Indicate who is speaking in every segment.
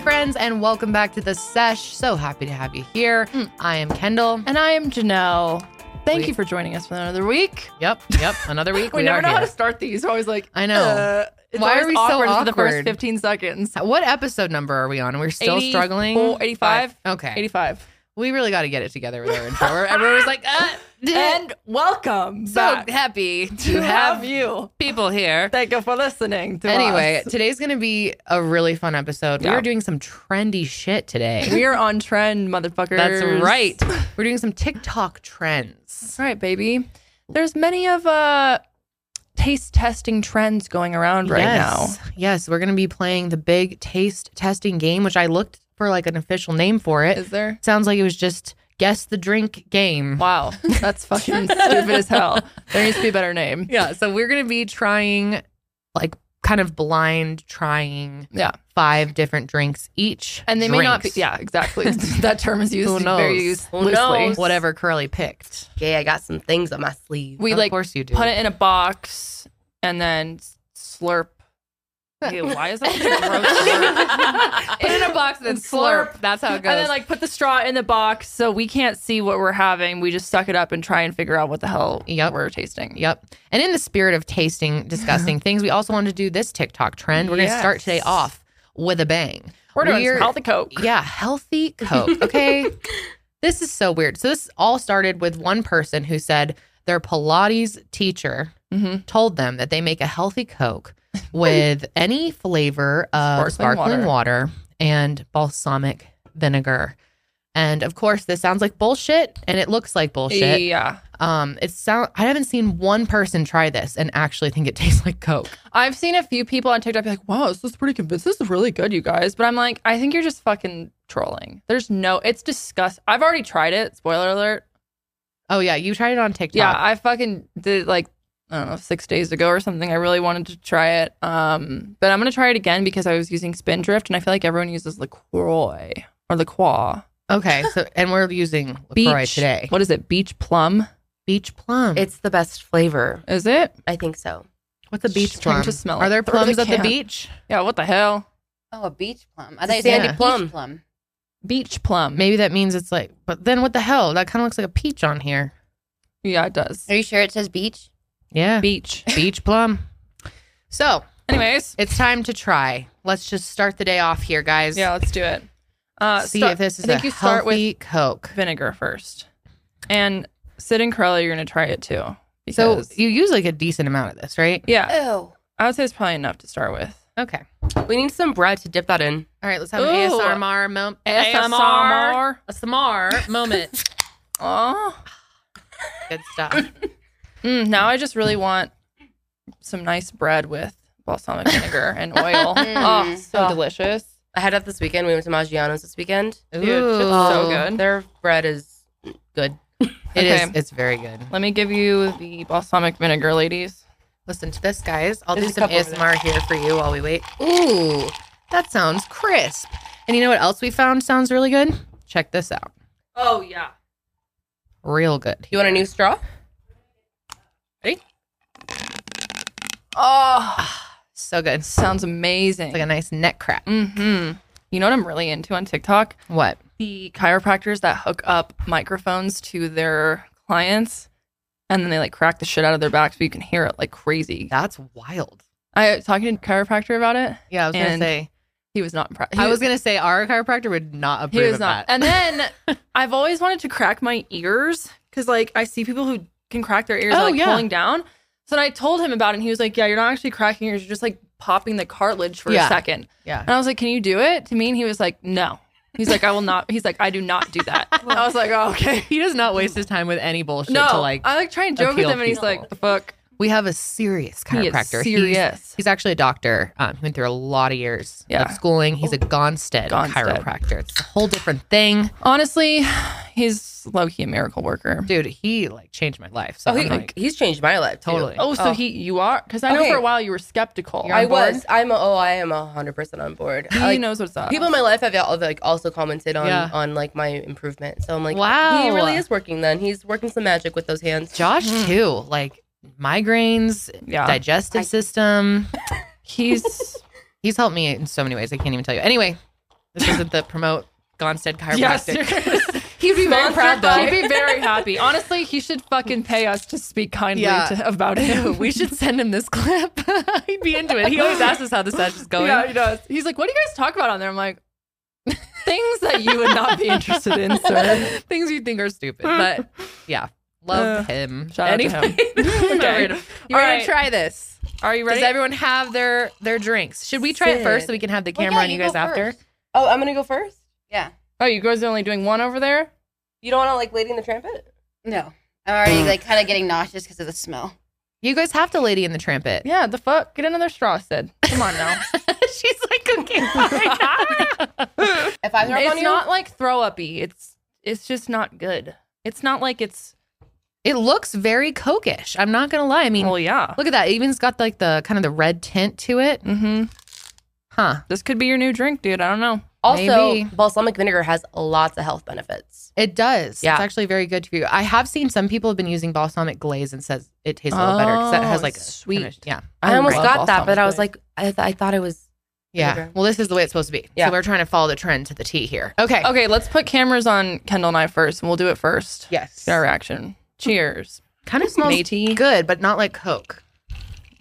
Speaker 1: friends, and welcome back to the sesh. So happy to have you here.
Speaker 2: Hmm.
Speaker 1: I am Kendall.
Speaker 2: And I am Janelle. Thank
Speaker 1: We-
Speaker 2: you for joining us for another week.
Speaker 1: Yep, yep. Another week.
Speaker 2: We,
Speaker 1: we
Speaker 2: never
Speaker 1: are
Speaker 2: know how
Speaker 1: here.
Speaker 2: to start these. We're always like,
Speaker 1: I know.
Speaker 2: uh, it's
Speaker 1: Why are
Speaker 2: always
Speaker 1: we so
Speaker 2: for the first
Speaker 1: awkward?
Speaker 2: 15 seconds?
Speaker 1: What episode number are we on? We're still
Speaker 2: 84,
Speaker 1: struggling.
Speaker 2: 85.
Speaker 1: Okay.
Speaker 2: 85.
Speaker 1: We really got to get it together with our intro. Everyone was like, uh,
Speaker 2: And welcome
Speaker 1: so
Speaker 2: back
Speaker 1: happy
Speaker 2: to have
Speaker 1: you
Speaker 2: you.
Speaker 1: people here.
Speaker 2: Thank you for listening to
Speaker 1: Anyway,
Speaker 2: us.
Speaker 1: today's going to be a really fun episode. We
Speaker 2: Yeah.
Speaker 1: are doing some trendy shit today.
Speaker 2: we are on trend, motherfuckers.
Speaker 1: That's right. We're doing some TikTok trends.
Speaker 2: That's right, baby. There's many of uh taste testing trends going around right
Speaker 1: yes. Yes, we're going to be playing the big taste testing game, which I looked for like an official name for
Speaker 2: now.
Speaker 1: it.
Speaker 2: Is there?
Speaker 1: Sounds like it was just guess the drink game.
Speaker 2: Wow, that's fucking stupid as hell. There needs to be a better name.
Speaker 1: Yeah, so we're going to be trying like kind of blind trying
Speaker 2: Yeah.
Speaker 1: five different drinks each.
Speaker 2: And they may not be.
Speaker 1: Drinks.
Speaker 2: Yeah, exactly. that term is used
Speaker 1: Who knows?
Speaker 2: very used
Speaker 3: Who
Speaker 2: loosely.
Speaker 3: knows?
Speaker 1: Whatever Curly picked.
Speaker 3: Yeah, I got some things on my sleeve.
Speaker 2: We
Speaker 1: of
Speaker 2: like
Speaker 1: course you do.
Speaker 2: put it in a box and then slurp. Hey, why is that such a gross word?
Speaker 1: Put it in a box and then slurp. That's how it goes.
Speaker 2: And then like put the straw in the box so we can't see what we're having. We just suck it up and try and figure out what the hell
Speaker 1: Yep.
Speaker 2: we're tasting.
Speaker 1: Yep. And in the spirit of tasting disgusting things, we also wanted to do this TikTok trend. We're going to start today
Speaker 2: Yes.
Speaker 1: off with a bang.
Speaker 2: We're doing
Speaker 1: We're-
Speaker 2: some healthy coke.
Speaker 1: Yeah, healthy Coke. Okay. this is so weird. So, this all started with one person who said their Pilates teacher
Speaker 2: Mhm.
Speaker 1: told them that they make a healthy Coke with any flavor of
Speaker 2: Sparkling
Speaker 1: sparkling
Speaker 2: water.
Speaker 1: water. and balsamic vinegar. And of course, this sounds like bullshit and it looks like bullshit.
Speaker 2: Yeah.
Speaker 1: Um, it sound I haven't seen one person try this and actually think it tastes like Coke.
Speaker 2: I've seen a few people on TikTok be like, wow, this is pretty convincing. This is really good, you guys. But I'm like, I think you're just fucking trolling. There's no, it's disgust. I've already tried it. Spoiler alert.
Speaker 1: Oh yeah, you tried it on TikTok.
Speaker 2: Yeah, I fucking did like, I don't know, six days ago or something. I really wanted to try it. Um, but I'm going to try it again because I was using Spindrift and I feel like everyone uses LaCroix or LaCroix.
Speaker 1: Okay. So and we're using
Speaker 2: Beach.
Speaker 1: LaCroix today.
Speaker 2: What is it? Beach plum?
Speaker 1: Beach plum.
Speaker 3: it's the best flavor.
Speaker 2: Is it?
Speaker 3: I think so.
Speaker 1: what's a beach
Speaker 2: Just trying
Speaker 1: plum?
Speaker 2: to smell
Speaker 1: Are
Speaker 2: it
Speaker 1: there
Speaker 2: through the
Speaker 1: plums at the
Speaker 2: can.
Speaker 1: beach?
Speaker 2: Yeah, what the hell?
Speaker 4: Oh, a beach plum.
Speaker 3: It's
Speaker 4: I
Speaker 3: a
Speaker 4: thought you said
Speaker 1: sandy
Speaker 4: a peach
Speaker 3: plum.
Speaker 4: plum.
Speaker 2: Beach plum.
Speaker 1: Maybe that means it's like but then what the hell? That kind of looks like a peach on here.
Speaker 2: Yeah, it does.
Speaker 4: Are you sure it says beach?
Speaker 1: Yeah.
Speaker 2: Beach.
Speaker 1: beach plum. So
Speaker 2: Anyways.
Speaker 1: it's time to try. Let's just start the day off here, guys.
Speaker 2: Yeah, let's do it. Uh,
Speaker 1: See
Speaker 2: start-
Speaker 1: if this is
Speaker 2: I think
Speaker 1: a
Speaker 2: you start with
Speaker 1: healthy Coke.
Speaker 2: vinegar first. And Sid and Corella, you're going to try it too.
Speaker 1: So
Speaker 2: Because,
Speaker 1: you use like a decent amount of this, right?
Speaker 2: yeah,
Speaker 4: Oh.
Speaker 2: I would say it's probably enough to start with.
Speaker 1: Okay.
Speaker 3: We need some bread to dip that in.
Speaker 1: All right, let's have
Speaker 2: Ooh.
Speaker 1: an ASMR moment.
Speaker 2: ASMR.
Speaker 1: ASMR moment.
Speaker 2: Oh.
Speaker 1: Good stuff.
Speaker 2: Mm, now I just really want some nice bread with balsamic vinegar and oil.
Speaker 1: Mm.
Speaker 2: oh, so delicious.
Speaker 3: I had that this weekend. We went to Maggiano's this weekend.
Speaker 1: Ooh,
Speaker 2: Dude, it's so good.
Speaker 3: Their bread is good.
Speaker 1: It is.
Speaker 2: Okay.
Speaker 1: It's very good.
Speaker 2: Let me give you the balsamic vinegar, ladies.
Speaker 1: Listen to this, guys. I'll
Speaker 2: There's
Speaker 1: do
Speaker 2: a
Speaker 1: some
Speaker 2: couple over
Speaker 1: ASMR here for you while we wait. Ooh, that sounds crisp. And you know what else we found sounds really good? Check this out.
Speaker 2: Oh, yeah.
Speaker 1: Real good.
Speaker 3: You want a new straw?
Speaker 2: Oh,
Speaker 1: So good. It's
Speaker 2: sounds amazing.
Speaker 1: like a nice neck crack.
Speaker 2: hmm You know what I'm really into on TikTok?
Speaker 1: What?
Speaker 2: the chiropractors that hook up microphones to their clients and then they like crack the shit out of their back so you can hear it like crazy.
Speaker 1: That's wild.
Speaker 2: I was talking to a chiropractor about it.
Speaker 1: Yeah, I was
Speaker 2: And-
Speaker 1: gonna say.
Speaker 2: He was not impressed.
Speaker 1: I was gonna say our chiropractor would not
Speaker 2: he
Speaker 1: approve
Speaker 2: was
Speaker 1: of
Speaker 2: not.
Speaker 1: that.
Speaker 2: And then I've always wanted to crack my ears because like I see people who can crack their ears
Speaker 1: Oh,
Speaker 2: like
Speaker 1: yeah.
Speaker 2: pulling down. So then I told him about it and he was like, Yeah, you're not actually cracking yours, you're just like popping the cartilage for
Speaker 1: Yeah.
Speaker 2: a second.
Speaker 1: yeah.
Speaker 2: And I was like, Can you do it to me? And he was like, No. He's like, I will not. He's like, I do not do that. And I was like, Oh, okay.
Speaker 1: He does not waste his time with any bullshit
Speaker 2: no,
Speaker 1: to like
Speaker 2: I like try and joke with
Speaker 1: appeal
Speaker 2: him, and he's
Speaker 1: people.
Speaker 2: like, "The fuck,
Speaker 1: We have a serious
Speaker 2: He is
Speaker 1: chiropractor. He's,
Speaker 2: serious."
Speaker 1: he's actually a doctor. Um, he went through a lot of years
Speaker 2: Yeah. Oh.
Speaker 1: of schooling. He's a Gonstead,
Speaker 2: Gonstead.
Speaker 1: chiropractor. It's a whole different thing,
Speaker 2: Honestly, he's low key a miracle worker.
Speaker 1: dude. He like changed my life. So
Speaker 3: Oh, he,
Speaker 1: I'm like,
Speaker 3: he's changed my life. too.
Speaker 1: Totally.
Speaker 2: Oh, so he you are because I know
Speaker 3: Okay.
Speaker 2: for a while you were skeptical.
Speaker 1: You're on
Speaker 3: I
Speaker 2: I,
Speaker 1: board?
Speaker 3: was. I'm. oh, I am hundred percent on board.
Speaker 2: he
Speaker 3: I, like,
Speaker 2: knows what's up.
Speaker 3: people in my life have al- like also commented on
Speaker 1: Yeah.
Speaker 3: on like my improvement. So I'm like,
Speaker 1: Wow.
Speaker 3: he really is working. Then he's working some magic with those hands.
Speaker 1: Josh too, like migraines,
Speaker 2: Mm. yeah,
Speaker 1: digestive system.
Speaker 2: he's
Speaker 1: He's helped me in so many ways. I can't even tell you. Anyway, This isn't the promote Gonstead chiropractic.
Speaker 2: He'd be
Speaker 3: very proud, though.
Speaker 2: He'd be very happy. Honestly, he should fucking pay us to speak kindly
Speaker 1: Yeah.
Speaker 2: to, about him.
Speaker 1: we should send him this clip. He'd be into it. He always asks us how the sesh is going.
Speaker 2: Yeah, he does. He's like, "What do you guys talk about on there?" I'm like, "Things that you would not be interested in, sir."
Speaker 1: Things you think are stupid, but yeah, love
Speaker 2: Uh,
Speaker 1: him.
Speaker 2: shout out to him.
Speaker 1: We're
Speaker 2: Okay.
Speaker 1: ready to- You
Speaker 2: All
Speaker 1: ready
Speaker 2: right.
Speaker 1: to try this?
Speaker 2: Are you
Speaker 1: Does everyone have their their drinks? Should we try it first so we can have the
Speaker 4: Well,
Speaker 1: camera
Speaker 4: yeah,
Speaker 1: on you
Speaker 4: go
Speaker 1: guys after?
Speaker 4: first.
Speaker 3: Oh, I'm gonna go first.
Speaker 4: Yeah.
Speaker 2: Oh, you guys are only doing one over there.
Speaker 3: You don't want to like Lady in the Trumpet?
Speaker 4: No. I'm already like kind of getting nauseous because of the smell.
Speaker 1: You guys have to Lady in the Trumpet.
Speaker 2: Yeah, the fuck. Get another straw, Sid. Come on now.
Speaker 1: She's like cooking. right now.
Speaker 3: If I throw up on
Speaker 2: it's
Speaker 3: you,
Speaker 2: not like throw uppy. It's it's just not good. It's not like it's.
Speaker 1: it looks very coquish. I'm not gonna lie. I mean,
Speaker 2: Well, oh, yeah.
Speaker 1: look at that. It even's got like the kind of the red tint to it,
Speaker 2: Mm-hmm.
Speaker 1: huh?
Speaker 2: This could be your new drink, dude. I don't know.
Speaker 3: also
Speaker 1: Maybe.
Speaker 3: balsamic vinegar has lots of health benefits.
Speaker 1: It does.
Speaker 3: Yeah.
Speaker 1: It's actually very good for you. I have seen some people have been using balsamic glaze and says it tastes a little better because that
Speaker 2: Oh,
Speaker 1: has like a
Speaker 2: it's
Speaker 1: kind of-
Speaker 2: sweet.
Speaker 1: yeah.
Speaker 3: I,
Speaker 2: I
Speaker 3: almost
Speaker 2: love
Speaker 3: got that, but
Speaker 2: balsamic
Speaker 3: I was
Speaker 2: vinegar.
Speaker 3: like, I, th- I thought it was.
Speaker 1: Yeah.
Speaker 3: Okay.
Speaker 1: Well, this is the way it's supposed to be.
Speaker 3: Yeah.
Speaker 1: So we're trying to follow the trend to the T here. Okay.
Speaker 2: Okay, let's put cameras on Kendall and I first, and we'll do it first.
Speaker 1: Yes.
Speaker 2: Get our reaction. Cheers.
Speaker 1: Kind of smells
Speaker 2: Matey.
Speaker 1: good, but not like Coke.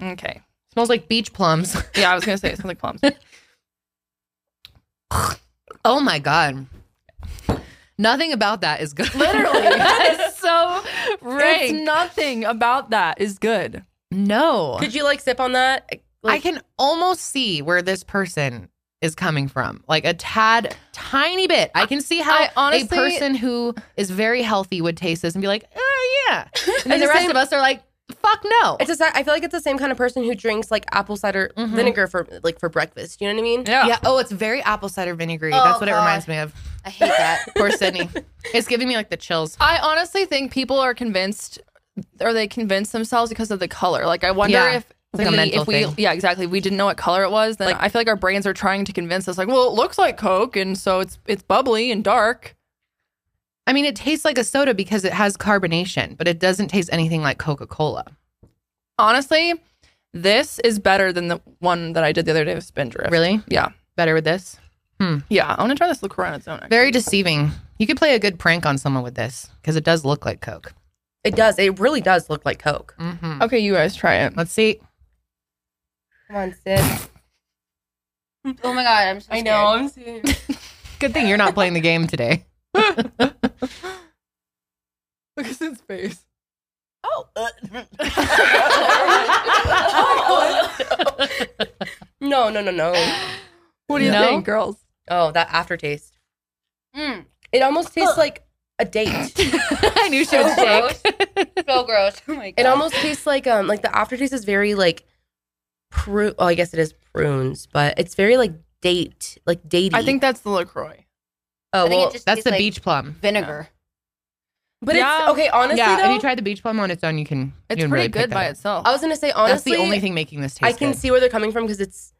Speaker 2: Okay.
Speaker 1: Smells like beach plums.
Speaker 2: Yeah, I was gonna say it smells like plums.
Speaker 1: oh my god. Nothing about that is good.
Speaker 2: that is so
Speaker 1: rank.
Speaker 2: It's nothing about that is good.
Speaker 1: no.
Speaker 3: Could you like sip on that?
Speaker 1: I can almost see where this person is coming from. Like a tad tiny bit. I can see how
Speaker 2: I honestly-
Speaker 1: a person who is very healthy would taste this and be like, "Oh yeah." And,
Speaker 3: And
Speaker 1: the
Speaker 3: the
Speaker 1: rest
Speaker 3: same-
Speaker 1: of us are like, "Fuck no."
Speaker 3: It's a, si- I feel like it's the same kind of person who drinks like apple cider
Speaker 1: Mhm.
Speaker 3: vinegar for like for breakfast. You know what I mean?
Speaker 1: yeah. Oh, it's very apple cider vinegary.
Speaker 4: Oh,
Speaker 1: That's what it
Speaker 4: God.
Speaker 1: reminds me of.
Speaker 4: I hate that.
Speaker 1: Poor Sydney. it's giving me like the chills.
Speaker 2: I honestly think people are convinced, or they convince themselves because of the color. Like, I wonder
Speaker 1: Yeah.
Speaker 2: if.
Speaker 1: It's like a
Speaker 2: we-
Speaker 1: mental
Speaker 2: if we,
Speaker 1: thing.
Speaker 2: yeah, exactly. If we didn't know what color it was, then I feel like our brains are trying to convince us, like, well, it looks like Coke, and so it's it's bubbly and dark.
Speaker 1: I mean, it tastes like a soda because it has carbonation, but it doesn't taste anything like Coca Cola.
Speaker 2: Honestly, this is better than the one that I did the other day with Spindrift.
Speaker 1: Really?
Speaker 2: Yeah,
Speaker 1: Better with this?
Speaker 2: yeah. I want to try this La Coronazona.
Speaker 1: Very deceiving. You could play a good prank on someone with this because it does look like Coke.
Speaker 3: It does. It really does look like Coke.
Speaker 1: Mm-hmm.
Speaker 2: Okay, you guys try it.
Speaker 1: Let's see.
Speaker 3: Come on, Sid.
Speaker 4: oh my god, I'm so
Speaker 3: I
Speaker 4: scared.
Speaker 3: know. I'm serious.
Speaker 1: Good thing you're not playing the game today.
Speaker 2: Look at his face.
Speaker 3: oh. uh. no, no, no, no.
Speaker 2: What do you
Speaker 1: No?
Speaker 2: think, girls?
Speaker 3: Oh, that aftertaste.
Speaker 4: Mm,
Speaker 3: It almost tastes like a date.
Speaker 1: I knew she
Speaker 4: So
Speaker 1: was
Speaker 4: gross.
Speaker 1: sick.
Speaker 4: so gross. Oh my god.
Speaker 3: It almost tastes like um like the aftertaste is very like prune. Oh, I guess it is prunes, but it's very like date, like datey.
Speaker 2: I think that's the Lacroix.
Speaker 3: Oh
Speaker 4: I think
Speaker 3: well,
Speaker 4: it just
Speaker 1: That's
Speaker 4: tastes
Speaker 1: the
Speaker 4: like
Speaker 1: beach plum.
Speaker 4: vinegar.
Speaker 3: but
Speaker 2: Yeah.
Speaker 3: it's okay. Honestly,
Speaker 1: yeah, if
Speaker 3: though,
Speaker 1: you try the beach plum on its own, you can.
Speaker 2: It's
Speaker 1: you can
Speaker 2: pretty
Speaker 1: really pick
Speaker 2: good
Speaker 1: that
Speaker 2: by
Speaker 1: up.
Speaker 2: itself.
Speaker 3: I was gonna say
Speaker 1: That's
Speaker 3: honestly,
Speaker 1: the only thing making this taste.
Speaker 3: I can
Speaker 1: good.
Speaker 3: see where they're coming from because it's.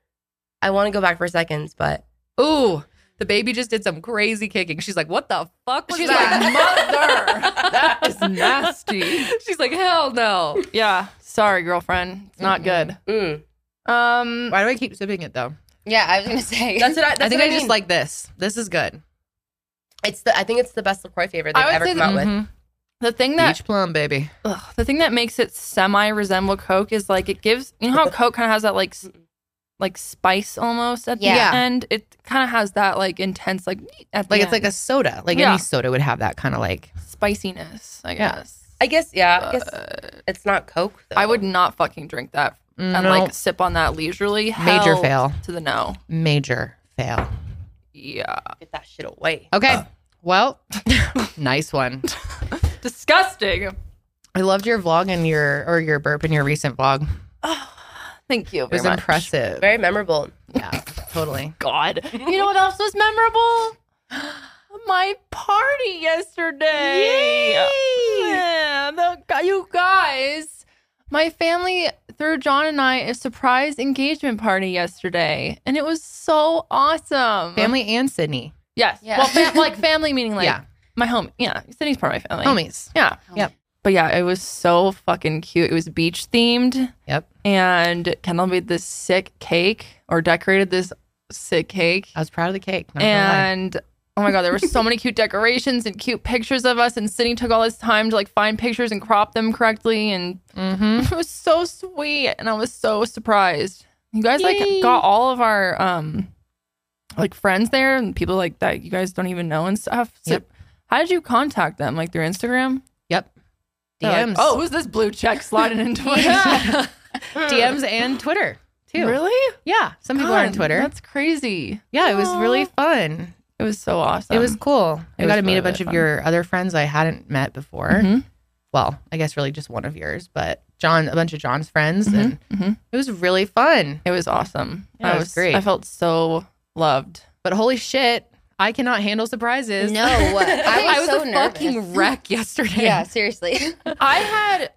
Speaker 3: I want to go back for seconds, but
Speaker 1: Ooh, the baby just did some crazy kicking. She's like, "What Oh. the fuck?" Was
Speaker 2: She's
Speaker 1: that?
Speaker 2: like, mother, that is nasty.
Speaker 1: She's like, "Hell no."
Speaker 2: Yeah, sorry, girlfriend. It's not good.
Speaker 3: mm.
Speaker 2: Um,
Speaker 1: Why do I keep sipping it though?
Speaker 4: Yeah, I was gonna say.
Speaker 3: that's what I. That's
Speaker 1: I think
Speaker 3: what
Speaker 1: I,
Speaker 3: I,
Speaker 1: just
Speaker 3: mean.
Speaker 1: like this. This is good.
Speaker 3: It's the. I think it's the best Lacroix flavor they've
Speaker 2: I would
Speaker 3: ever
Speaker 2: say
Speaker 3: come out with.
Speaker 1: Mhm.
Speaker 2: the thing that
Speaker 1: Beach plum, baby.
Speaker 2: ugh, the thing that makes it semi resemble Coke is like it gives you know how Coke kind of has that like s- like spice almost at
Speaker 4: Yeah.
Speaker 2: the end. It kind of has that like intense like at the
Speaker 1: Like it's like
Speaker 2: end.
Speaker 1: a soda. Like
Speaker 2: Yeah.
Speaker 1: any soda would have that kind of like.
Speaker 2: spiciness. I
Speaker 1: Yeah.
Speaker 2: guess.
Speaker 3: I guess. Yeah. I guess
Speaker 2: mm-hmm. Uh,
Speaker 3: it's not Coke. Though.
Speaker 2: I would not fucking drink that and
Speaker 1: no,
Speaker 2: like sip on that leisurely.
Speaker 1: Major
Speaker 2: Hell
Speaker 1: fail.
Speaker 2: to the no.
Speaker 1: Major fail.
Speaker 2: Yeah,
Speaker 3: get that shit away.
Speaker 1: Okay. well, nice one.
Speaker 2: disgusting.
Speaker 1: I loved your vlog and your or your burp in your recent vlog. It
Speaker 2: Thank you.
Speaker 1: was
Speaker 2: very much.
Speaker 1: impressive.
Speaker 3: Very memorable.
Speaker 1: yeah, totally.
Speaker 2: God. You know what else was memorable? My party yesterday. Yeah, the, gu- you guys. My family threw John and I a surprise engagement party yesterday, and it was so awesome.
Speaker 1: Family and Sydney.
Speaker 2: Yes.
Speaker 4: Yeah.
Speaker 2: Well, fam- like family meaning like
Speaker 1: Yeah.
Speaker 2: my home. Yeah. Sydney's part of my family.
Speaker 1: Homies.
Speaker 2: Yeah.
Speaker 1: Yep.
Speaker 2: But yeah, it was so fucking cute. It was beach themed
Speaker 1: Yep.
Speaker 2: and Kendall made this sick cake or decorated this sick cake.
Speaker 1: I was proud of the cake. not gonna lie.
Speaker 2: and oh my god, there were so many cute decorations and cute pictures of us. And Sydney took all his time to like find pictures and crop them correctly, and
Speaker 1: Mhm.
Speaker 2: it was so sweet. And I was so surprised. You guys
Speaker 1: Yay.
Speaker 2: like got all of our um like friends there and people like that you guys don't even know and stuff. So
Speaker 1: Yep.
Speaker 2: how did you contact them? Like through Instagram?
Speaker 1: Yep.
Speaker 2: They're like,
Speaker 1: DMs.
Speaker 2: oh, who's this blue check sliding into my
Speaker 1: Yeah. DMs and Twitter too.
Speaker 2: Oh. Really?
Speaker 1: Yeah. Some people are on
Speaker 2: God,
Speaker 1: Twitter.
Speaker 2: That's crazy.
Speaker 1: yeah, it was really
Speaker 2: Aw.
Speaker 1: fun.
Speaker 2: It was so awesome.
Speaker 1: it was cool.
Speaker 2: it
Speaker 1: I got to
Speaker 2: was
Speaker 1: meet a
Speaker 2: really
Speaker 1: bunch of
Speaker 2: fun. Mm-hmm.
Speaker 1: your other friends I hadn't met before. Well, I guess really just one of yours, but John, a bunch of John's friends, and
Speaker 2: hmm
Speaker 1: it was really fun.
Speaker 2: It was awesome.
Speaker 1: Yeah,
Speaker 2: I
Speaker 1: it was great.
Speaker 2: I felt so loved.
Speaker 1: But holy shit, I cannot handle surprises.
Speaker 4: No, I was,
Speaker 1: I was
Speaker 4: so
Speaker 1: a
Speaker 4: nervous.
Speaker 1: fucking wreck yesterday.
Speaker 4: Yeah, seriously.
Speaker 2: I had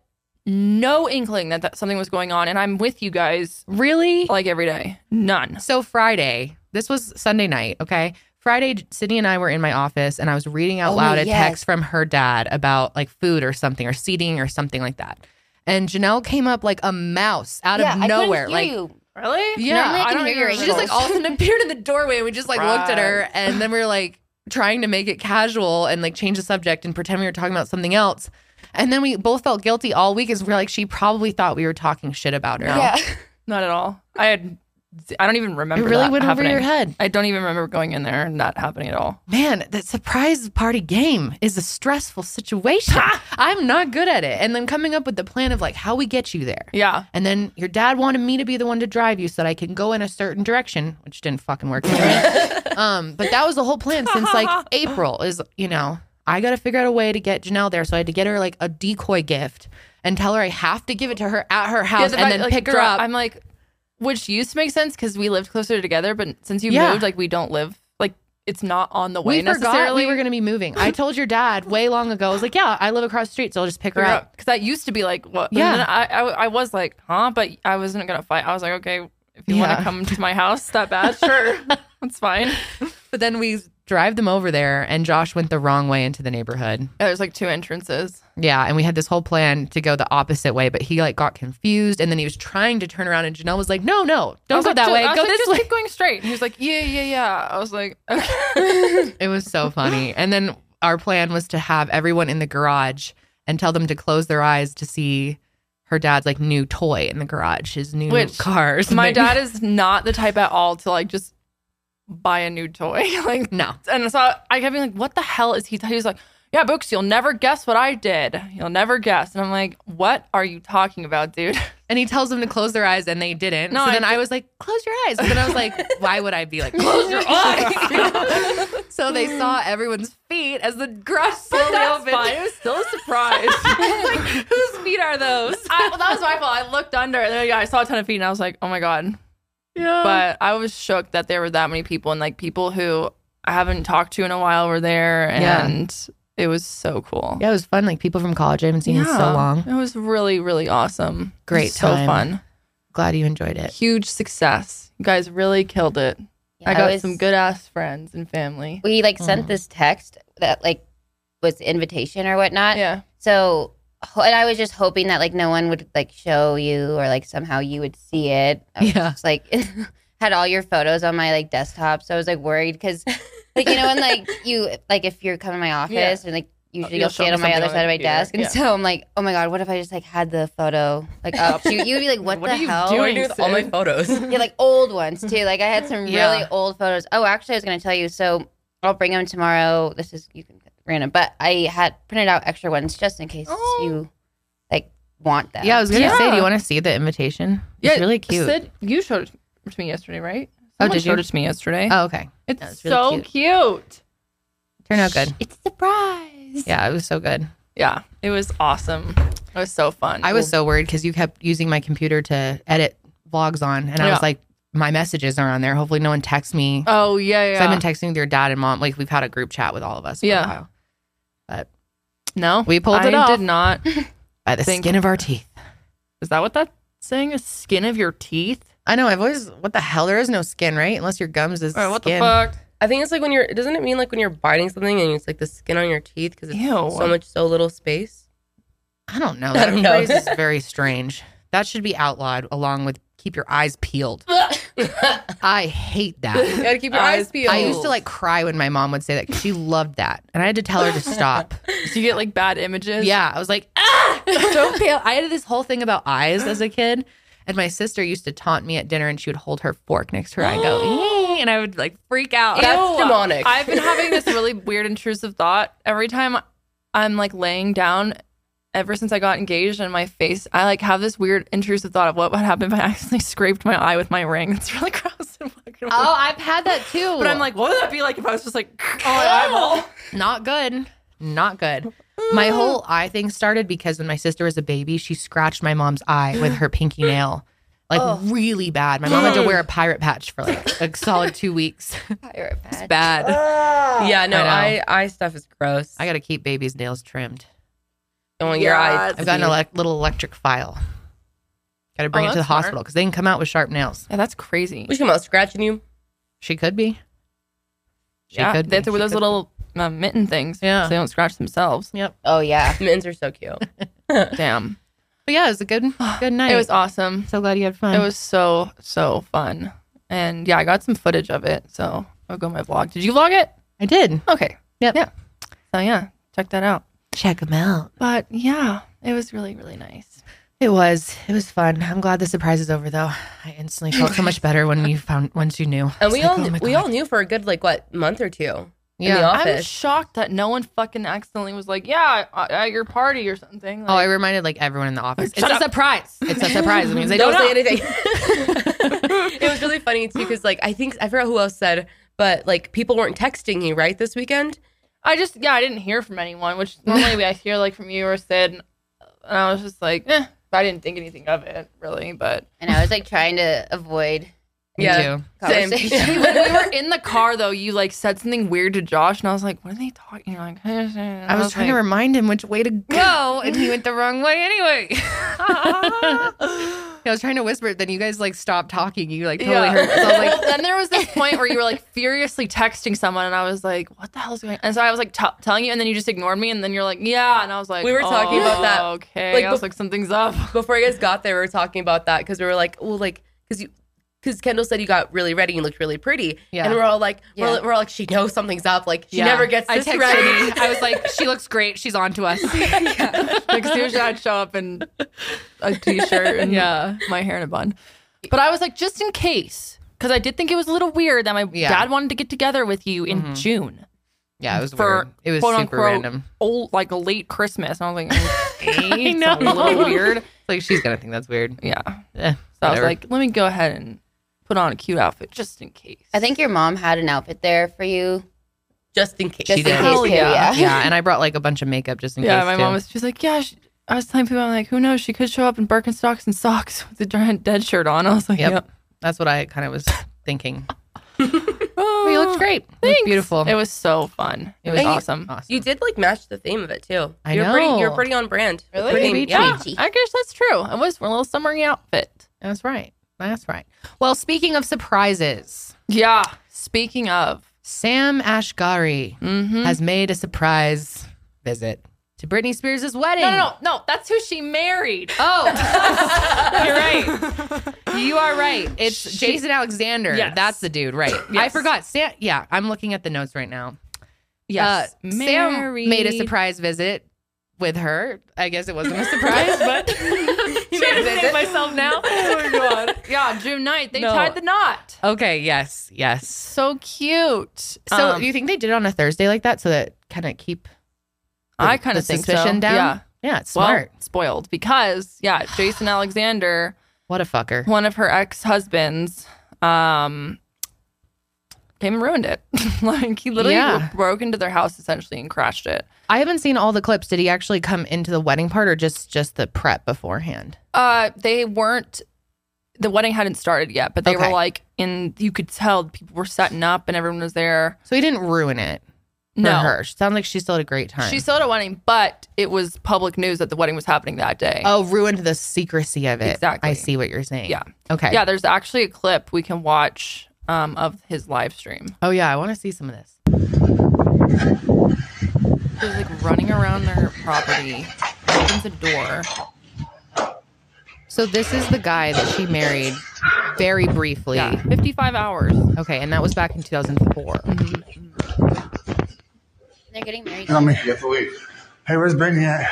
Speaker 2: no inkling that, that something was going on, and I'm with you guys
Speaker 1: Really?
Speaker 2: like every day. None.
Speaker 1: So Friday, this was Sunday night, okay? Friday, Sydney and I were in my office and I was reading out
Speaker 4: Oh,
Speaker 1: loud a
Speaker 4: yes.
Speaker 1: text from her dad about like food or something or seating or something like that. And Janelle came up like a mouse out
Speaker 4: yeah, I
Speaker 1: of
Speaker 4: couldn't
Speaker 1: nowhere.
Speaker 4: hear
Speaker 1: like
Speaker 4: you.
Speaker 2: Really?
Speaker 1: Yeah,
Speaker 4: Normally I can
Speaker 2: don't
Speaker 4: hear your
Speaker 2: even
Speaker 1: she just like
Speaker 4: Girls.
Speaker 1: all of a sudden appeared in the doorway and we just like looked at her and then we were like trying to make it casual and like change the subject and pretend we were talking about something else. And then we both felt guilty all week as we're like, she probably thought we were talking shit about her.
Speaker 4: Yeah.
Speaker 2: not at all. I had. I don't even
Speaker 1: It
Speaker 2: remember.
Speaker 1: really
Speaker 2: that
Speaker 1: went
Speaker 2: happening.
Speaker 1: over your head.
Speaker 2: I don't even remember going in there and not happening at all.
Speaker 1: Man, that surprise party game is a stressful situation. I'm not good at it. And then coming up with the plan of like how we get you there.
Speaker 2: Yeah.
Speaker 1: And then your dad wanted me to be the one to drive you so that I can go in a certain direction, which didn't fucking work. for me. um, but that was the whole plan since like April is, you know, I got to figure out a way to get Janelle there. So I had to get her like a decoy gift and tell her I have to give it to her at her
Speaker 2: Yeah,
Speaker 1: house
Speaker 2: the
Speaker 1: and
Speaker 2: fact-
Speaker 1: then
Speaker 2: like,
Speaker 1: pick her
Speaker 2: dri-
Speaker 1: up.
Speaker 2: I'm like, which used to make sense because we lived closer together, but since you
Speaker 1: Yeah.
Speaker 2: moved, like we don't live like it's not on the way
Speaker 1: we forgot
Speaker 2: necessarily.
Speaker 1: we were going to be moving. I told your dad way long ago. I was like, yeah, I live across the street, so I'll just pick her up.
Speaker 2: because that used to be like what?
Speaker 1: Yeah.
Speaker 2: and then I, I I was like, huh, but I wasn't gonna fight. I was like, okay, if you want
Speaker 1: Yeah.
Speaker 2: to come to my house that bad, sure, that's fine.
Speaker 1: But then we drive them over there, and Josh went the wrong way into the neighborhood.
Speaker 2: There's like two entrances.
Speaker 1: Yeah, and we had this whole plan to go the opposite way, but he like got confused, and then he was trying to turn around, and Janelle was like, "No, no,
Speaker 2: I
Speaker 1: don't
Speaker 2: was
Speaker 1: go
Speaker 2: like,
Speaker 1: that
Speaker 2: "Ju-
Speaker 1: way.
Speaker 2: I was
Speaker 1: Go
Speaker 2: like,
Speaker 1: this
Speaker 2: just
Speaker 1: way."
Speaker 2: Keep going straight. And he was like, yeah, yeah, yeah. I was like, okay.
Speaker 1: It was so funny. and then our plan was to have everyone in the garage and tell them to close their eyes to see her dad's like new toy in the garage, his new
Speaker 2: Which,
Speaker 1: car. or
Speaker 2: my
Speaker 1: something.
Speaker 2: dad is not the type at all to like just buy a new toy. like
Speaker 1: no,
Speaker 2: and so I kept being like, "What the hell is he?" He was like, "Yeah, books. You'll never guess what I did. You'll never guess." And I'm like, "What are you talking about, dude?"
Speaker 1: and he tells them to close their eyes, and they didn't.
Speaker 2: No,
Speaker 1: so
Speaker 2: I
Speaker 1: then I was like, "Close your eyes," but then I was like, "Why would I be like close your eyes?" so they saw everyone's feet as the garage slowly opened.
Speaker 2: It was still a surprise.
Speaker 1: like, whose feet are those?
Speaker 2: I, well, that was my fault. I looked under, and then, yeah, I saw a ton of feet, and I was like, "Oh my god!"
Speaker 1: Yeah.
Speaker 2: But I was shook that there were that many people, and like people who I haven't talked to in a while were there,
Speaker 1: Yeah.
Speaker 2: and it was so cool.
Speaker 1: yeah, it was fun. Like people from college I haven't seen in so long.
Speaker 2: It was really, really awesome. It
Speaker 1: Great
Speaker 2: was so
Speaker 1: time.
Speaker 2: fun.
Speaker 1: Glad you enjoyed it.
Speaker 2: Huge success. You guys really killed it. I got
Speaker 4: was-
Speaker 2: some good ass friends and family.
Speaker 4: We like sent this text that like was the invitation or whatnot.
Speaker 2: Yeah.
Speaker 4: So, ho- and I was just hoping that like no one would like show you or like somehow you would see it. I was
Speaker 1: Yeah.
Speaker 4: just, like had all your photos on my like desktop, so I was like worried because like you know when like you like if you're coming to my office
Speaker 2: Yeah. Uh,
Speaker 4: and like usually
Speaker 2: You'll
Speaker 4: you'll
Speaker 2: show
Speaker 4: see it
Speaker 2: me
Speaker 4: on my
Speaker 2: something
Speaker 4: other
Speaker 2: on the
Speaker 4: side of my
Speaker 2: computer.
Speaker 4: desk, and
Speaker 2: Yeah.
Speaker 4: so I'm like, oh my god, what if I just like had the photo like up? you, you'd be like, what,
Speaker 2: What
Speaker 4: the
Speaker 2: are you
Speaker 4: hell?
Speaker 2: doing? Oh
Speaker 3: What do I do with all my
Speaker 2: Sid.
Speaker 3: photos?
Speaker 4: Yeah, like old ones too. Like I had some
Speaker 1: Yeah.
Speaker 4: really old photos. Oh, actually, I was going to tell you. So I'll bring them tomorrow. This is you can random, but I had printed out extra ones just in case
Speaker 2: Oh.
Speaker 4: you like want them.
Speaker 1: Yeah, I was gonna
Speaker 2: Yeah.
Speaker 1: say, do you want to see the invitation?
Speaker 2: Yeah,
Speaker 1: it's really cute.
Speaker 2: Sid, you showed it to me yesterday, right?
Speaker 1: Oh,
Speaker 2: Someone
Speaker 1: did you?
Speaker 2: showed it to me yesterday.
Speaker 1: Oh, okay.
Speaker 2: it's
Speaker 1: that was really
Speaker 2: so cute.
Speaker 1: Turned out good.
Speaker 4: it's a surprise.
Speaker 1: Yeah, it was so good.
Speaker 2: Yeah, it was awesome. It was so fun.
Speaker 1: I was so worried because you kept using my computer to edit vlogs on, and I was
Speaker 2: Yeah.
Speaker 1: like, my messages are on there. Hopefully, no one texts me.
Speaker 2: Oh yeah,
Speaker 1: 'Cause
Speaker 2: yeah.
Speaker 1: I've been texting with your dad and mom. Like we've had a group chat with all of us. For
Speaker 2: Yeah.
Speaker 1: A while. But
Speaker 2: no,
Speaker 1: we pulled it
Speaker 2: I
Speaker 1: off
Speaker 2: Did not.
Speaker 1: by the
Speaker 2: Thank
Speaker 1: skin of our teeth.
Speaker 2: Is that what that saying is? Skin of your teeth.
Speaker 1: I know. I've always what the hell? There is no skin, right? Unless your gums is
Speaker 2: All right, what
Speaker 1: skin.
Speaker 2: the fuck?
Speaker 3: I think it's like when you're. Doesn't it mean like when you're biting something and it's like the skin on your teeth because it's
Speaker 2: Ew.
Speaker 3: so much so little space.
Speaker 1: I don't know.
Speaker 3: I
Speaker 1: That
Speaker 3: don't know.
Speaker 1: phrase is very strange. That should be outlawed along with keep your eyes peeled. I hate that.
Speaker 3: You gotta keep your
Speaker 2: Eyes
Speaker 3: eyes peeled.
Speaker 1: I used to like cry when my mom would say that 'cause she loved that. And I had to tell her to stop.
Speaker 2: So you get like bad images.
Speaker 1: Yeah, I was like, ah, so pale. I had this whole thing about eyes as a kid, and my sister used to taunt me at dinner, and she would hold her fork next to her eye, and go, "Mm," and I would like freak out.
Speaker 3: That's
Speaker 2: Ew.
Speaker 3: demonic.
Speaker 2: I've been having this really weird intrusive thought every time I'm like laying down ever since I got engaged and my face I like have this weird intrusive thought of what would happen if I accidentally scraped my eye with my ring. It's really gross and fucking weird.
Speaker 1: Oh, I've had that too.
Speaker 2: But I'm like, what would that be like if I was just like on Oh my eyeball?
Speaker 1: not good, not good. My whole eye thing started because when my sister was a baby, she scratched my mom's eye with her pinky nail, like really bad. My mom had to wear a pirate patch for like a solid two weeks.
Speaker 4: Pirate patch.
Speaker 1: bad.
Speaker 3: yeah, no,
Speaker 1: I know.
Speaker 3: eye eye stuff is gross.
Speaker 1: I got to keep babies' nails trimmed.
Speaker 3: don't want your eyes.
Speaker 1: I've got an
Speaker 3: to be-
Speaker 1: elec little electric file. Got to bring
Speaker 2: Oh,
Speaker 1: it to the
Speaker 2: that's smart.
Speaker 1: hospital because they can come out with sharp nails.
Speaker 2: Yeah, that's crazy.
Speaker 3: What you come out scratching you?
Speaker 1: She could be. She
Speaker 2: yeah,
Speaker 1: could.
Speaker 2: they have
Speaker 1: be.
Speaker 2: to wear
Speaker 1: She
Speaker 2: those
Speaker 1: could-
Speaker 2: little uh, mitten things.
Speaker 1: Yeah.
Speaker 2: so they don't scratch themselves.
Speaker 1: Yep.
Speaker 4: Oh yeah.
Speaker 3: Mittens are so cute.
Speaker 2: Damn,
Speaker 1: But yeah, it was a good, good night.
Speaker 2: it was awesome.
Speaker 1: so glad you had fun.
Speaker 2: It was so so fun, and yeah, I got some footage of it. So I'll go on my vlog. Did you vlog it?
Speaker 1: I did.
Speaker 2: Okay.
Speaker 1: Yep.
Speaker 2: Yeah. So yeah, check that out.
Speaker 1: Check them out.
Speaker 2: But yeah, it was really really nice.
Speaker 1: It was. It was fun. I'm glad the surprise is over though. I instantly felt so much better when you found once you knew.
Speaker 3: And we
Speaker 1: It's like,
Speaker 3: all
Speaker 1: oh my
Speaker 3: we
Speaker 1: God.
Speaker 3: all knew for a good like what month or two in the
Speaker 1: Yeah.
Speaker 2: I'm
Speaker 3: office.
Speaker 2: shocked that no one fucking accidentally was like, yeah, at at your party or something.
Speaker 1: Oh, I
Speaker 2: Like,
Speaker 1: reminded like everyone in the office. It's
Speaker 2: Shut
Speaker 1: a
Speaker 2: up.
Speaker 1: surprise. It's a surprise. It means they don't,
Speaker 3: don't say
Speaker 1: know.
Speaker 3: anything. it was really funny too because like I think I forgot who else said, but like people weren't texting you right this weekend.
Speaker 2: I, just yeah, I didn't hear from anyone, which normally we- I hear like from you or Sid, and I was just like, eh, I didn't think anything of it really. But
Speaker 4: And I was like trying to avoid
Speaker 1: Me
Speaker 3: Yeah.
Speaker 1: too.
Speaker 3: Same.
Speaker 4: conversation.
Speaker 2: when we were in the car though, you like said something weird to Josh, and I was like, what are they talking? You're like,
Speaker 1: I was trying to remind him which way to go, and he went the wrong way anyway. I was trying to whisper, it, then you guys like stopped talking. You like totally heard. So I was like,
Speaker 2: Well, then there was this point where you were like furiously texting someone, and I was like, "What the hell's going?" on? And so I was like t- telling you, and then you just ignored me, and then you're like, "Yeah," and I was like,
Speaker 3: We were talking about that,
Speaker 2: "Oh, Okay,
Speaker 3: like,
Speaker 2: I was
Speaker 3: bef-
Speaker 2: like, "Something's up."
Speaker 3: Before you guys got there, we were talking about that because we were like, well, like because you. Because Kendall said you got really ready and looked really pretty,
Speaker 1: Yeah.
Speaker 3: and we're all like, we're,
Speaker 4: Yeah.
Speaker 3: all- we're all like, she knows something's up. Like she
Speaker 1: Yeah.
Speaker 3: never gets
Speaker 1: I
Speaker 3: this
Speaker 1: texted
Speaker 3: ready.
Speaker 1: I was like, she looks great. She's on to us.
Speaker 2: Like seriously, I'd show up in a t-shirt and yeah, my hair in a bun. But I was like, just in case, because I did think it was a little weird that my
Speaker 1: Yeah. Mm-hmm.
Speaker 2: dad wanted to get together with you in June
Speaker 1: Yeah, it was
Speaker 2: for
Speaker 1: weird. It was
Speaker 2: quote
Speaker 1: super
Speaker 2: unquote
Speaker 1: random.
Speaker 2: old like late Christmas, and I was like,
Speaker 1: I
Speaker 2: "Okay,
Speaker 1: know.
Speaker 2: something's a little weird."
Speaker 1: Like she's gonna think that's weird.
Speaker 2: Yeah,
Speaker 1: Eh,
Speaker 2: so I was
Speaker 1: whatever.
Speaker 2: like, "Let me go ahead and." Put on a cute outfit just in case.
Speaker 4: I think your mom had an outfit there for you.
Speaker 3: Just in case.
Speaker 4: Just
Speaker 1: She did. Oh,
Speaker 4: in case
Speaker 2: Hell
Speaker 4: too,
Speaker 2: yeah.
Speaker 4: yeah.
Speaker 1: yeah, and I brought like a bunch of makeup just in
Speaker 2: yeah,
Speaker 1: case.
Speaker 2: my
Speaker 1: too.
Speaker 2: mom was. She's like, yeah. She, I was telling people, I'm like, who knows? She could show up in Birkenstocks and socks with a giant dead shirt on. I was like,
Speaker 1: Yep.
Speaker 2: yep.
Speaker 1: That's what I kind of was thinking.
Speaker 2: Oh,
Speaker 1: But you looked great. You looked
Speaker 2: thanks.
Speaker 1: beautiful.
Speaker 2: It was so fun. It was
Speaker 3: Thank you.
Speaker 2: awesome.
Speaker 1: awesome.
Speaker 3: You did like match the theme of it too.
Speaker 1: I
Speaker 3: you're Pretty, you're
Speaker 1: know.
Speaker 3: pretty on brand.
Speaker 2: Really?
Speaker 3: Pretty,
Speaker 1: Pretty
Speaker 3: yeah.
Speaker 4: Peachy.
Speaker 2: I guess that's true. It was a little summery outfit.
Speaker 1: That's right. That's right. Well, speaking of surprises,
Speaker 2: Yeah. Speaking of,
Speaker 1: Sam Ashgari
Speaker 2: mm-hmm.
Speaker 1: has made a surprise visit to Britney Spears' wedding.
Speaker 2: no, no, no, no. That's who she married.
Speaker 1: Oh, you're right. You are right. It's Jason Alexander.
Speaker 2: Yes.
Speaker 1: That's the dude, right? I
Speaker 2: Yes.
Speaker 1: forgot. Sam. Yeah, I'm looking at the notes right now.
Speaker 2: Yes,
Speaker 1: Uh, Sam made a
Speaker 2: married.
Speaker 1: surprise visit with her. I guess it wasn't a surprise, but he made a
Speaker 2: Should've
Speaker 1: visit.
Speaker 2: named myself now. oh my god. Yeah, June 9th. They
Speaker 1: No.
Speaker 2: tied the knot.
Speaker 1: Okay. Yes. Yes.
Speaker 2: So cute. So
Speaker 1: So do you think they did it on a Thursday like that so that kind of keep the-
Speaker 2: I kind
Speaker 1: the
Speaker 2: of think
Speaker 1: suspicion
Speaker 2: so.
Speaker 1: down?
Speaker 2: Yeah.
Speaker 1: Yeah, it's smart.
Speaker 2: Well, spoiled because yeah, Jason Alexander,
Speaker 1: what a fucker.
Speaker 2: one of her ex-husbands, um came and ruined it. like he literally
Speaker 1: Yeah.
Speaker 2: broke into their house essentially and crashed it.
Speaker 1: I haven't seen all the clips. Did he actually come into the wedding part or just just the prep beforehand?
Speaker 2: Uh they weren't the wedding hadn't started yet, but they
Speaker 1: Okay.
Speaker 2: were like in you could tell people were setting up and everyone was there.
Speaker 1: So he didn't ruin it. for
Speaker 2: No.
Speaker 1: her. Sounds like she still had a great time.
Speaker 2: She still had a wedding, but it was public news that the wedding was happening that day.
Speaker 1: oh ruined the secrecy of it.
Speaker 2: Exactly.
Speaker 1: I see what you're saying.
Speaker 2: Yeah.
Speaker 1: Okay.
Speaker 2: Yeah, there's actually a clip we can watch um, of his live stream.
Speaker 1: Oh yeah, I want to see some of this.
Speaker 2: She was like running around their property, opens a door.
Speaker 1: So this is the guy that she married very briefly.
Speaker 2: Yeah, 55 hours.
Speaker 1: Okay, and that was back in 2004.
Speaker 4: They're getting married.
Speaker 5: Tell me.
Speaker 6: You have to leave.
Speaker 5: Hey, where's Brittany at?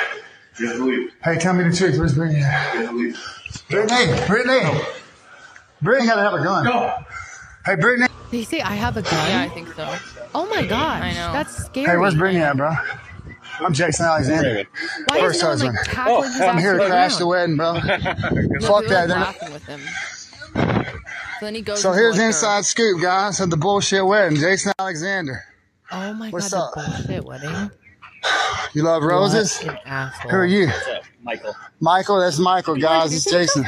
Speaker 6: You have to leave.
Speaker 5: Hey, tell me the truth. Where's Brittany at?
Speaker 6: You have to leave.
Speaker 5: Brittany! Brittany! Brittany gotta have a gun.
Speaker 6: No.
Speaker 5: Hey, Brittany!
Speaker 1: They say I have a gun.
Speaker 2: Yeah, I think so.
Speaker 1: Oh my gosh,
Speaker 2: I know.
Speaker 1: that's scary.
Speaker 5: Hey, where's Brittany at, bro? I'm Jason Alexander.
Speaker 1: Why is
Speaker 5: First
Speaker 1: no one like
Speaker 5: husband.
Speaker 1: tackling his
Speaker 5: I'm
Speaker 1: ass
Speaker 5: here
Speaker 1: to
Speaker 5: to
Speaker 1: the
Speaker 5: crash the
Speaker 1: ground?
Speaker 5: wedding, bro.
Speaker 2: Well,
Speaker 5: Fuck
Speaker 2: we
Speaker 5: that.
Speaker 2: were
Speaker 5: They're not-
Speaker 2: laughing with him. So then he goes.
Speaker 5: So
Speaker 2: into,
Speaker 5: here's
Speaker 2: like, a-
Speaker 5: inside scoop, guys, of the bullshit wedding. Jason Alexander.
Speaker 1: Oh my
Speaker 5: What's
Speaker 1: god,
Speaker 5: up?
Speaker 1: the bullshit wedding.
Speaker 5: You love roses?
Speaker 1: What an asshole.
Speaker 5: Who are you?
Speaker 7: Michael.
Speaker 5: Michael, that's Michael, guys. It's Jason.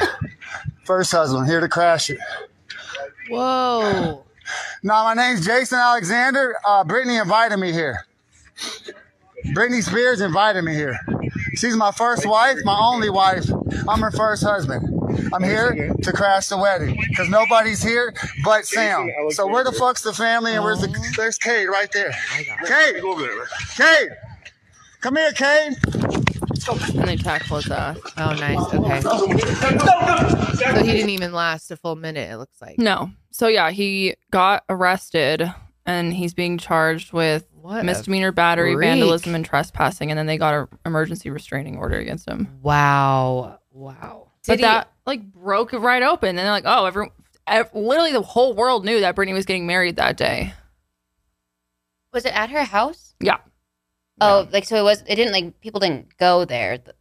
Speaker 5: First husband, here to crash it.
Speaker 1: Whoa.
Speaker 5: No, my name's Jason Alexander. Uh, Brittany invited me here. Brittany Spears invited me here. She's my first wife, my only wife. I'm her first husband. I'm here to crash the wedding because nobody's here but Sam. So where the fuck's the family and where's the there's Cade right there. Cade,
Speaker 6: Go over there.
Speaker 5: Cade, come here, Cade.
Speaker 2: and they tackle his ass.
Speaker 1: Oh, nice. Okay. So he didn't even last a full minute, it looks like.
Speaker 2: No. So yeah, he got arrested and he's being charged with
Speaker 1: What? a-
Speaker 2: misdemeanor battery,
Speaker 1: freak.
Speaker 2: vandalism, and trespassing. And then they got an emergency restraining order against him.
Speaker 1: wow. Wow.
Speaker 2: but
Speaker 3: Did he-
Speaker 2: that like broke it right open. And they're like, oh, everyone, ev- literally the whole world knew that Brittany was getting married that day.
Speaker 4: Was it at her house?
Speaker 2: Yeah.
Speaker 4: Oh, like so it was. It didn't like people didn't go there. th-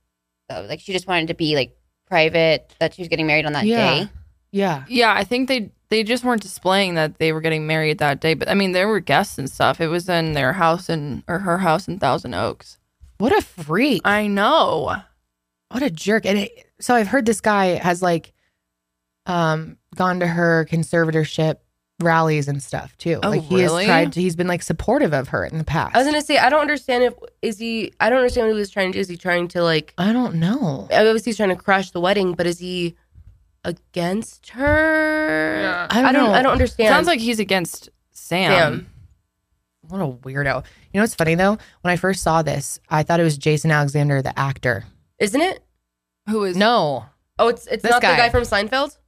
Speaker 4: Though, like she just wanted to be like private that she was getting married on that
Speaker 1: Yeah.
Speaker 4: day.
Speaker 1: Yeah.
Speaker 2: Yeah, I think they they just weren't displaying that they were getting married that day. But I mean, there were guests and stuff. It was in their house and or her house in Thousand Oaks.
Speaker 1: What a freak.
Speaker 2: I know.
Speaker 1: What a jerk. And it, so I've heard this guy has like um gone to her conservatorship rallies and stuff too.
Speaker 2: Oh,
Speaker 1: like he
Speaker 2: really?
Speaker 1: has tried to, he's been like supportive of her in the past.
Speaker 3: I was gonna say I don't understand if is he I don't understand what he was trying to do. Is he trying to like
Speaker 1: I don't know.
Speaker 3: obviously he's trying to crash the wedding, but is he against her?
Speaker 1: I don't know.
Speaker 3: I don't understand.
Speaker 2: Sounds like he's against Sam.
Speaker 3: Sam.
Speaker 1: What a weirdo. You know what's funny though? When I first saw this, I thought it was Jason Alexander, the actor.
Speaker 3: isn't it?
Speaker 2: Who is
Speaker 1: No.
Speaker 3: Oh, it's it's
Speaker 1: This
Speaker 3: not
Speaker 1: guy.
Speaker 3: the guy from Seinfeld.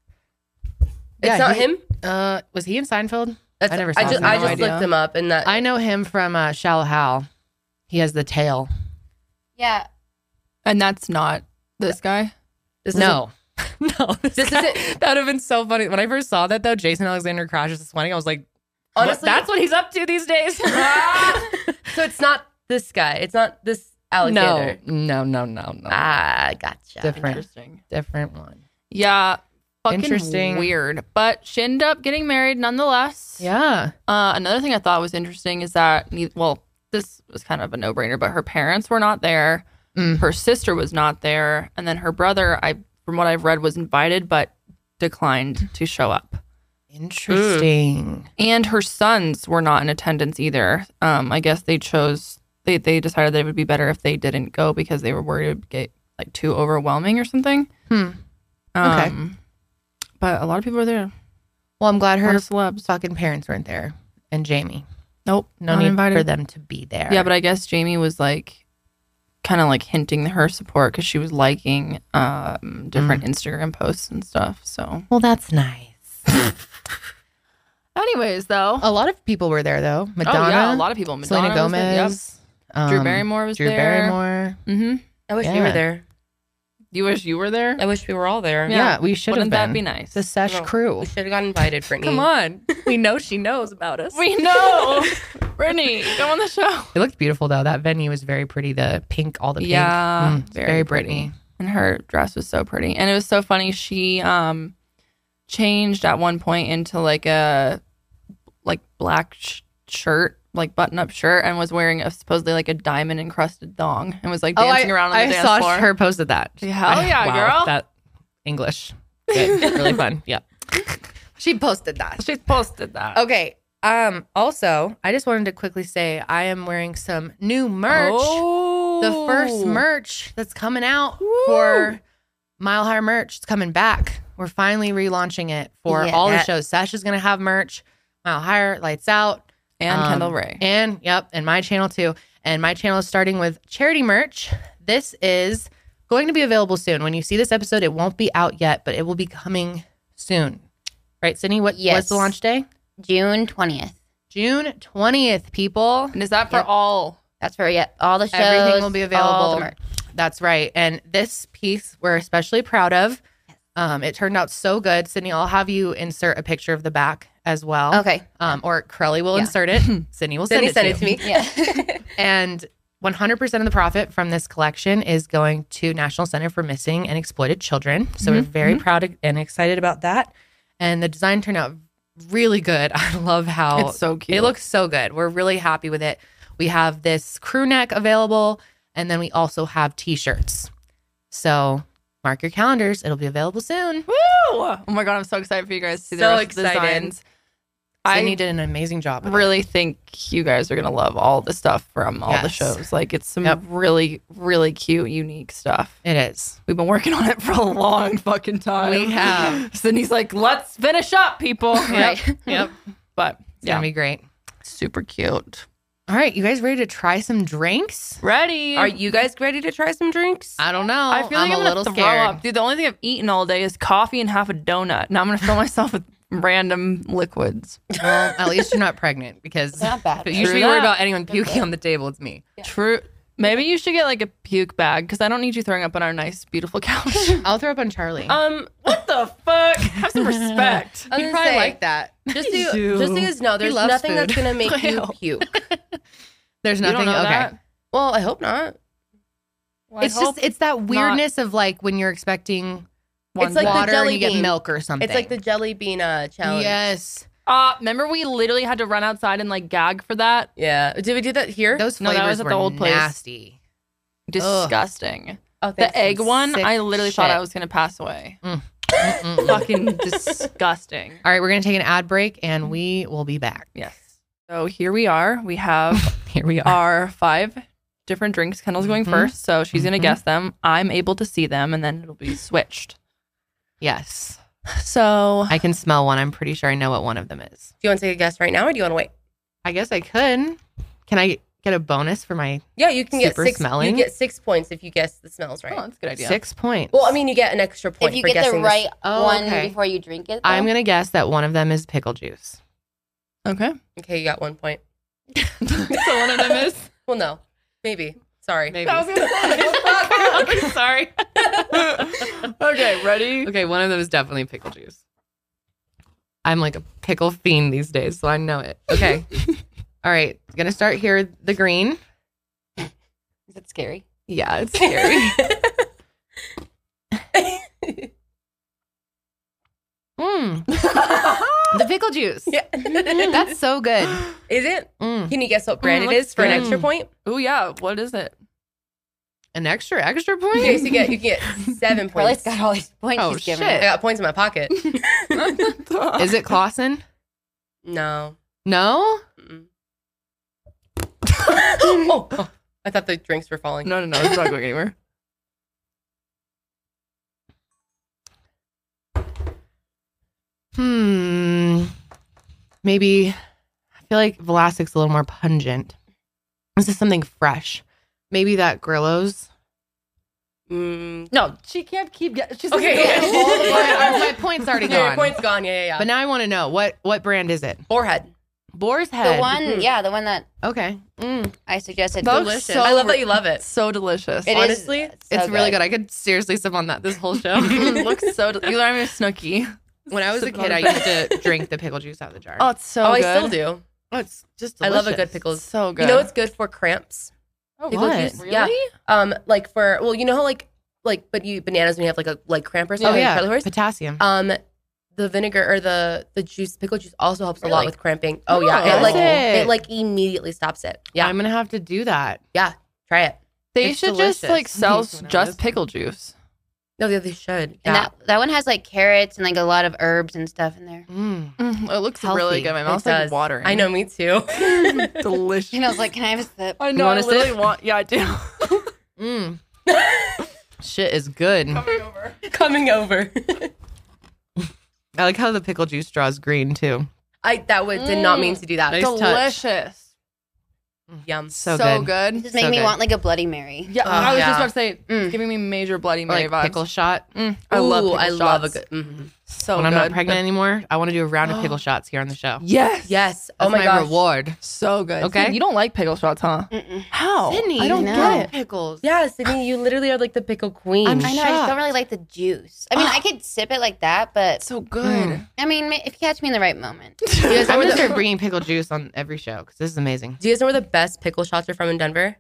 Speaker 3: It's
Speaker 1: Yeah,
Speaker 3: not
Speaker 1: he-
Speaker 3: him.
Speaker 1: Uh was he in Seinfeld?
Speaker 3: That's,
Speaker 1: I never
Speaker 3: I
Speaker 1: saw
Speaker 3: just
Speaker 1: him.
Speaker 3: I
Speaker 1: No
Speaker 3: just
Speaker 2: idea.
Speaker 3: looked him up and that
Speaker 1: I know him from uh Shallow Hal. He has the tail.
Speaker 4: Yeah.
Speaker 2: And that's not this guy.
Speaker 3: this is
Speaker 1: No. no. This,
Speaker 3: This
Speaker 1: guy-
Speaker 3: isn't-
Speaker 1: that would have been so funny. When I first saw that though, Jason Alexander crashes this wedding, I was like, what-
Speaker 3: honestly Ah!
Speaker 1: that's what he's up to these days.
Speaker 3: so it's not this guy. It's not this Alexander.
Speaker 1: No, no, no, no, no.
Speaker 3: Ah, gotcha.
Speaker 1: different,
Speaker 2: Interesting.
Speaker 1: different one.
Speaker 2: Yeah. Fucking
Speaker 1: Interesting.
Speaker 2: Weird. But she ended up getting married nonetheless.
Speaker 1: Yeah.
Speaker 2: Uh, another thing I thought was interesting is that, ne- well, this was kind of a no brainer, but her parents were not there.
Speaker 1: Mm.
Speaker 2: Her sister was not there. And then her brother, I from what I've read, was invited but declined to show up.
Speaker 1: Interesting.
Speaker 2: And her sons were not in attendance either. Um, I guess they chose, they, they decided that it would be better if they didn't go because they were worried it would get like too overwhelming or something.
Speaker 1: Hmm. Okay.
Speaker 2: Um, But a lot of people were there.
Speaker 1: Well, I'm glad
Speaker 2: A lot
Speaker 1: her
Speaker 2: of celebs.
Speaker 1: fucking parents weren't there, and Jamie.
Speaker 2: Nope.
Speaker 1: No
Speaker 2: not
Speaker 1: need
Speaker 2: invited.
Speaker 1: for them to be there.
Speaker 2: Yeah, but I guess Jamie was like kind of like hinting her support because she was liking um, different Instagram posts and stuff. So,
Speaker 1: well, that's nice.
Speaker 2: anyways, though,
Speaker 1: A lot of people were there though. Oh, Madonna,
Speaker 2: oh, yeah, a lot of people. Madonna
Speaker 1: Selena
Speaker 2: was there, yep.
Speaker 1: Gomez, um,
Speaker 2: Drew Barrymore was
Speaker 1: Drew
Speaker 2: there.
Speaker 1: Barrymore.
Speaker 2: Mm-hmm.
Speaker 3: I wish we were
Speaker 1: Yeah.
Speaker 3: there.
Speaker 2: You wish you were there.
Speaker 3: I wish we were all there.
Speaker 1: Yeah,
Speaker 2: Yeah.
Speaker 1: we should have
Speaker 2: Wouldn't
Speaker 1: been.
Speaker 2: that be nice?
Speaker 1: The Sesh
Speaker 3: No.
Speaker 1: crew.
Speaker 3: We should have got invited, Brittany.
Speaker 2: on,
Speaker 1: we know she knows about us.
Speaker 2: we know, Brittany, go on the show.
Speaker 1: It looked beautiful though. That venue was very pretty. The pink, all the pink.
Speaker 2: Yeah,
Speaker 1: Mm, it's very,
Speaker 2: very
Speaker 1: Britney.
Speaker 2: pretty. and her dress was so pretty and it was so funny she um changed at one point into like a like black sh- shirt like button up shirt and was wearing a supposedly like a diamond encrusted thong and was like dancing around on the
Speaker 1: Oh, I
Speaker 2: dance
Speaker 1: saw
Speaker 2: floor
Speaker 1: her posted that.
Speaker 2: Yeah, hell yeah, girl.
Speaker 1: That English, Good. really fun. Yeah, she posted that.
Speaker 2: she posted that
Speaker 1: Okay. Um. Also, I just wanted to quickly say I am wearing some new merch.
Speaker 2: Oh.
Speaker 1: The first merch that's coming out for Mile High merch. It's coming back. We're finally relaunching it for
Speaker 4: Yeah.
Speaker 1: all the
Speaker 3: Yeah.
Speaker 1: shows. Sash is gonna have merch. Mile Higher, Lights Out.
Speaker 2: and
Speaker 1: Um,
Speaker 2: kendall ray
Speaker 1: And yep, and my channel too. And my channel is starting with charity merch. This is going to be available soon. When you see this episode, it won't be out yet, but it will be coming soon. Right, Sydney? What
Speaker 4: Yes.
Speaker 1: was the launch day?
Speaker 4: June 20th.
Speaker 1: June 20th, people.
Speaker 2: And is that for
Speaker 4: Yep.
Speaker 2: all?
Speaker 4: That's where yeah, all the shows.
Speaker 1: Everything will be
Speaker 4: all
Speaker 1: available.
Speaker 4: the merch.
Speaker 1: That's right. And this piece we're especially proud of. Um, it turned out so good. Sydney, I'll have you insert a picture of the back as well.
Speaker 4: Okay.
Speaker 1: Um, or Crowley will
Speaker 4: Yeah.
Speaker 1: insert it. Sydney will send
Speaker 3: Sydney
Speaker 1: it, to,
Speaker 3: sent it to me.
Speaker 4: Yeah.
Speaker 1: you. And 100% of the profit from this collection is going to National Center for Missing and Exploited Children. So we're very proud and excited about that. And the design turned out really good. I love how
Speaker 2: It's so cute.
Speaker 1: it looks so good. We're really happy with it. We have this crew neck available, and then we also have t shirts. So mark your calendars, it'll be available soon.
Speaker 2: Woo! Oh my god, I'm so excited for you guys to see the
Speaker 3: So
Speaker 2: rest of the
Speaker 3: excited.
Speaker 2: designs.
Speaker 1: I
Speaker 2: I
Speaker 1: did an amazing job. with it.
Speaker 2: really think you guys are gonna love all the stuff from all the
Speaker 1: Yes.
Speaker 2: shows. Like it's some
Speaker 1: Yep.
Speaker 2: really, really cute, unique stuff.
Speaker 1: It is.
Speaker 2: We've been working on it for a long fucking time.
Speaker 1: We have.
Speaker 2: Sydney's like, let's finish up, people.
Speaker 4: Right.
Speaker 1: Yep.
Speaker 2: But
Speaker 1: It's
Speaker 2: yeah,
Speaker 1: gonna be great.
Speaker 2: super cute.
Speaker 1: All right, you guys ready to try some drinks?
Speaker 2: Ready?
Speaker 3: Are you guys ready to try some drinks?
Speaker 1: I don't know.
Speaker 2: I feel
Speaker 1: I'm
Speaker 2: like I'm,
Speaker 1: a
Speaker 2: gonna
Speaker 1: little
Speaker 2: throw
Speaker 1: scared.
Speaker 2: up, dude. The only thing I've eaten all day is coffee and half a donut. Now I'm gonna fill myself with random liquids.
Speaker 1: Well, at least you're not pregnant because
Speaker 4: Not bad.
Speaker 1: if you should be
Speaker 2: True
Speaker 1: worried
Speaker 2: that.
Speaker 1: about anyone puking on the table. It's me.
Speaker 2: True. Maybe you should get like a puke bag because I don't need you throwing up on our nice, beautiful couch.
Speaker 1: I'll throw up on Charlie.
Speaker 3: Um,
Speaker 2: what the fuck? Have some respect.
Speaker 3: I was gonna say,
Speaker 1: that.
Speaker 3: just so,
Speaker 2: I
Speaker 3: you-
Speaker 2: do.
Speaker 3: just so you guys know, there's
Speaker 1: loves
Speaker 3: nothing that's
Speaker 1: food.
Speaker 3: gonna make you
Speaker 2: Ew.
Speaker 3: puke.
Speaker 1: There's nothing. okay.
Speaker 3: Well, I hope not.
Speaker 1: it's just it's that weirdness of like when you're expecting
Speaker 3: It's like the
Speaker 1: water and
Speaker 3: jelly
Speaker 1: you get
Speaker 3: bean.
Speaker 1: milk or something.
Speaker 3: It's like the jelly bean uh, challenge.
Speaker 1: yes.
Speaker 2: Uh, remember we literally had to run outside and like gag for that?
Speaker 3: Yeah. Did we do that here?
Speaker 1: Those
Speaker 2: No,
Speaker 1: flavors
Speaker 2: that was at
Speaker 1: were
Speaker 2: the old place.
Speaker 1: nasty.
Speaker 2: Disgusting.
Speaker 3: oh,
Speaker 2: The egg one,
Speaker 1: sick
Speaker 2: I literally thought
Speaker 1: shit.
Speaker 2: I was gonna pass away.
Speaker 1: Mm-mm. All
Speaker 2: Fucking disgusting.
Speaker 1: right, we're gonna take an ad break and we will be back.
Speaker 2: Yes. So here we are. We have
Speaker 1: Here we are.
Speaker 2: our five different drinks. Kendall's going
Speaker 1: Mhm.
Speaker 2: first, so she's gonna
Speaker 1: Mhm.
Speaker 2: guess them. I'm able to see them, and then it'll be switched.
Speaker 1: Yes,
Speaker 2: So
Speaker 1: I can smell one. I'm pretty sure I know what one of them is.
Speaker 3: Do you want to take a guess right now, or do you want to wait?
Speaker 1: I guess I could. Can I get a bonus for my
Speaker 3: Yeah, you can
Speaker 1: Super
Speaker 3: get six.
Speaker 1: smelling?
Speaker 3: You get six points if you guess the smells right.
Speaker 2: oh, that's a good idea.
Speaker 1: six points?
Speaker 3: Well, I mean, you get an extra point
Speaker 4: if you
Speaker 3: for
Speaker 4: get the
Speaker 3: guessing this.
Speaker 4: right
Speaker 1: Oh,
Speaker 4: one
Speaker 1: okay.
Speaker 4: before you drink it, though,
Speaker 1: I'm gonna guess that one of them is pickle juice.
Speaker 2: Okay.
Speaker 3: Okay, you got one point.
Speaker 2: so one of them is.
Speaker 3: Well, no, maybe. Sorry.
Speaker 1: Maybe.
Speaker 2: okay,
Speaker 1: Sorry.
Speaker 2: ready?
Speaker 1: Okay, one of them is definitely pickle juice. I'm like a pickle fiend these days, so I know it. Okay. All right. Gonna start here. The green.
Speaker 4: is it scary?
Speaker 1: Yeah, it's scary. Mm, the pickle juice. Mm,
Speaker 3: Yeah.
Speaker 1: Mm-hmm. That's so good.
Speaker 3: Is it?
Speaker 1: Mm.
Speaker 3: Can you guess what brand
Speaker 2: Mm,
Speaker 3: it is for an
Speaker 1: looks
Speaker 3: extra
Speaker 1: good.
Speaker 3: point?
Speaker 2: Oh yeah, what is it?
Speaker 1: An extra extra
Speaker 3: Okay,
Speaker 1: point.
Speaker 3: so you get you can get seven
Speaker 4: Carly's
Speaker 3: points.
Speaker 4: got all these points
Speaker 1: Oh,
Speaker 4: she's giving.
Speaker 1: shit.
Speaker 3: I got points in my pocket.
Speaker 1: Is it Clausen?
Speaker 3: no.
Speaker 1: No.
Speaker 3: Mm-mm. oh, oh, I thought the drinks were falling.
Speaker 2: No, no, no, it's not going anywhere.
Speaker 1: Hmm. Maybe. I feel like Velastic's a little more pungent. This is something fresh. Maybe that Grillo's.
Speaker 3: Mm.
Speaker 2: No, she can't keep. Get- She's
Speaker 3: Okay.
Speaker 2: gonna go all the way
Speaker 1: my,
Speaker 2: around.
Speaker 1: my point's already
Speaker 3: Yeah,
Speaker 1: gone.
Speaker 3: your points gone. Yeah, yeah, yeah.
Speaker 1: But now I want to know what what brand is it?
Speaker 3: Forehead.
Speaker 1: Boar's Head.
Speaker 4: The one,
Speaker 1: Mm-hmm.
Speaker 3: Mhm.
Speaker 4: yeah, the one that
Speaker 1: Okay. Mm,
Speaker 4: I suggested.
Speaker 2: Those
Speaker 4: Delicious.
Speaker 2: so-
Speaker 3: I love that you love it.
Speaker 2: It's so delicious.
Speaker 4: It is
Speaker 3: honestly,
Speaker 4: so
Speaker 1: it's really good. I could seriously sip on that this whole show.
Speaker 2: It looks so. Del- you learn me a snooky.
Speaker 1: when I was a
Speaker 2: Sip
Speaker 1: kid,
Speaker 2: on
Speaker 1: I
Speaker 2: it.
Speaker 1: used to drink the pickle juice out of the jar.
Speaker 2: Oh, it's so.
Speaker 3: oh,
Speaker 2: good.
Speaker 3: I still do.
Speaker 1: Oh, it's just
Speaker 3: I love a good
Speaker 1: delicious.
Speaker 3: pickle. Pickles.
Speaker 2: So good.
Speaker 3: You know it's good for cramps.
Speaker 2: oh,
Speaker 1: pickle
Speaker 2: what?
Speaker 1: juice.
Speaker 2: Really?
Speaker 3: Yeah. Um, like for well, you know how like like but you bananas when you have like a like cramp or
Speaker 1: Oh
Speaker 3: something. like
Speaker 1: yeah,
Speaker 3: curly horse?
Speaker 1: potassium.
Speaker 3: Um, the vinegar or the the juice, pickle juice, also helps a lot
Speaker 4: Really?
Speaker 3: with cramping. Oh yeah,
Speaker 1: Oh.
Speaker 3: it like
Speaker 1: Sick.
Speaker 3: it. like immediately stops it. Yeah,
Speaker 1: I'm gonna have to do that.
Speaker 3: try it.
Speaker 2: They
Speaker 1: It's
Speaker 2: should just
Speaker 1: delicious.
Speaker 2: like sell
Speaker 1: Someone else.
Speaker 2: just pickle juice.
Speaker 3: No, they, they should.
Speaker 4: And that that one has like carrots and like a lot of herbs and stuff in there.
Speaker 1: Mm.
Speaker 2: Mm, it looks
Speaker 1: Healthy.
Speaker 2: really good. My
Speaker 3: It
Speaker 2: mouth's like
Speaker 3: does.
Speaker 2: watering.
Speaker 3: I know, me too.
Speaker 2: Delicious.
Speaker 4: And I was like, "Can I have a sip?"
Speaker 2: I
Speaker 1: You
Speaker 2: know. I
Speaker 1: wanna sip?
Speaker 2: literally want. Yeah, I do.
Speaker 1: Mm. Shit is good.
Speaker 3: Coming over.
Speaker 1: I like how the pickle juice straw is green too.
Speaker 3: I that would did not mean to do that.
Speaker 1: Nice touch.
Speaker 2: delicious.
Speaker 3: Yum.
Speaker 1: So, good.
Speaker 2: good.
Speaker 4: This make
Speaker 1: So
Speaker 4: me
Speaker 1: good.
Speaker 4: want like a Bloody Mary.
Speaker 2: Yeah,
Speaker 3: Oh,
Speaker 2: I was just
Speaker 3: yeah.
Speaker 2: about to say, it's
Speaker 4: Mm.
Speaker 2: giving me major Bloody
Speaker 1: Or
Speaker 2: Mary
Speaker 1: like
Speaker 2: vibes.
Speaker 1: pickle shot.
Speaker 2: Mm, I love.
Speaker 3: Ooh,
Speaker 2: pickle
Speaker 3: I love a
Speaker 2: shots.
Speaker 3: good. mhm.
Speaker 2: So
Speaker 1: when I'm
Speaker 2: good.
Speaker 1: not pregnant anymore, I want to do a round of pickle shots here on the show.
Speaker 2: Yes.
Speaker 3: Yes.
Speaker 1: That's
Speaker 3: oh my,
Speaker 1: my
Speaker 3: gosh.
Speaker 1: reward.
Speaker 2: So good.
Speaker 1: Okay.
Speaker 2: See, you don't like pickle shots, huh?
Speaker 4: Mm-mm.
Speaker 2: How?
Speaker 1: Sydney,
Speaker 2: I don't
Speaker 4: no.
Speaker 2: get it.
Speaker 1: Pickles.
Speaker 3: Yeah, Sydney, you literally are like the pickle queen.
Speaker 1: I'm
Speaker 4: I know. I just
Speaker 1: Shocked.
Speaker 4: don't really like the juice. I mean, I could sip it like that, but
Speaker 2: It's so good.
Speaker 1: Mm.
Speaker 4: I mean, ma- if you catch me in the right moment,
Speaker 1: You guys, I'm
Speaker 3: I'm
Speaker 1: gonna
Speaker 3: the-
Speaker 1: start bringing pickle juice on every show because this is amazing.
Speaker 3: Do you guys know where the best pickle shots are from in Denver?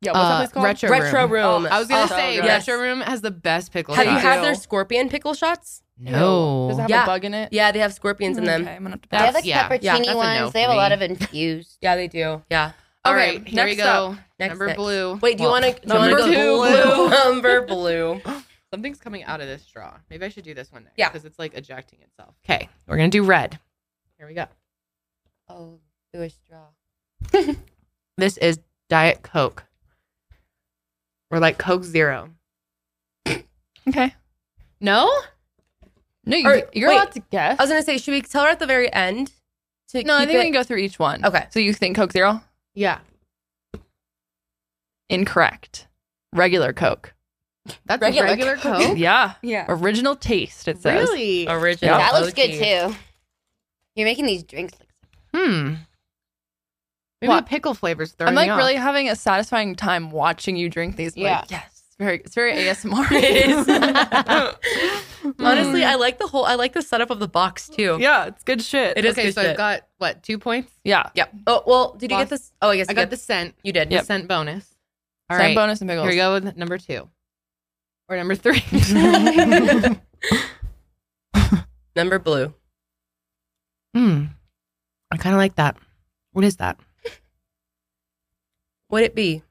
Speaker 2: Yeah. What's that
Speaker 1: Uh,
Speaker 2: place called?
Speaker 1: retro
Speaker 3: Retro
Speaker 1: room. Oh,
Speaker 3: Room.
Speaker 1: I was gonna
Speaker 2: So
Speaker 1: say
Speaker 2: good.
Speaker 1: retro room has the best pickle
Speaker 3: Oh, have you
Speaker 1: shots.
Speaker 3: had
Speaker 2: Ew.
Speaker 3: their scorpion pickle shots?
Speaker 1: no.
Speaker 2: Does it have
Speaker 3: Yeah.
Speaker 2: a bug in it?
Speaker 3: Yeah, they have scorpions in them.
Speaker 2: Mm, Okay, I'm gonna have to
Speaker 4: they have
Speaker 2: pass.
Speaker 4: like
Speaker 1: yeah,
Speaker 4: pepperoni
Speaker 3: yeah,
Speaker 1: that's a
Speaker 4: peppercini
Speaker 1: no
Speaker 4: ones.
Speaker 1: for
Speaker 4: they have a lot
Speaker 1: me.
Speaker 4: of infused.
Speaker 3: Yeah, they do. Yeah.
Speaker 1: All
Speaker 2: All
Speaker 1: right,
Speaker 2: right,
Speaker 1: here we
Speaker 2: next
Speaker 1: go.
Speaker 3: Next,
Speaker 1: number
Speaker 3: next.
Speaker 1: blue.
Speaker 3: Wait, do you
Speaker 1: Well,
Speaker 3: want to
Speaker 2: number
Speaker 3: go
Speaker 2: two.
Speaker 3: blue? number blue.
Speaker 1: Something's coming out of this straw. Maybe I should do this one next.
Speaker 3: Yeah.
Speaker 1: Because it's like ejecting itself. Okay. We're going to do red. Here we go.
Speaker 4: Oh, through a straw.
Speaker 1: This is Diet Coke. Or like Coke Zero.
Speaker 2: Okay.
Speaker 1: No?
Speaker 2: No, you,
Speaker 3: Or-
Speaker 2: you're
Speaker 3: wait.
Speaker 2: allowed to guess.
Speaker 3: I was gonna say, should we tell her at the very end? To
Speaker 2: no, I
Speaker 3: keep
Speaker 2: think we can
Speaker 3: it-
Speaker 2: go through each one.
Speaker 3: Okay.
Speaker 2: So you think Coke Zero?
Speaker 1: Yeah.
Speaker 2: Incorrect. Regular Coke.
Speaker 1: That's regular,
Speaker 3: Regular
Speaker 1: Coke.
Speaker 2: Yeah.
Speaker 4: Yeah.
Speaker 2: Original taste. It says.
Speaker 1: Really?
Speaker 3: original.
Speaker 4: That looks good
Speaker 3: OG.
Speaker 4: too. You're making these drinks look.
Speaker 1: Hmm. Maybe
Speaker 2: What?
Speaker 1: the pickle flavors throwing
Speaker 2: I'm like
Speaker 1: me off.
Speaker 2: really having a satisfying time watching you drink these. Like,
Speaker 4: Yeah.
Speaker 2: Yes. It's Very. It's very ASMR.
Speaker 3: It is. Honestly, I like the whole. I like the setup of the box too.
Speaker 2: yeah. It's good shit.
Speaker 3: It is
Speaker 1: Okay,
Speaker 3: good
Speaker 1: so
Speaker 3: shit.
Speaker 1: I've got what, two points?
Speaker 2: Yeah.
Speaker 3: Yep. Oh well, did you
Speaker 1: Lost.
Speaker 3: get this? Oh, I guess
Speaker 1: I
Speaker 3: you
Speaker 1: got the
Speaker 3: this.
Speaker 1: scent.
Speaker 3: You did.
Speaker 1: The scent bonus. All
Speaker 2: Same
Speaker 1: right.
Speaker 2: bonus and pickles.
Speaker 1: Here we go with number two. Or number three.
Speaker 3: Number blue.
Speaker 1: Hmm. I kind of like that. What is that?
Speaker 3: Would it be?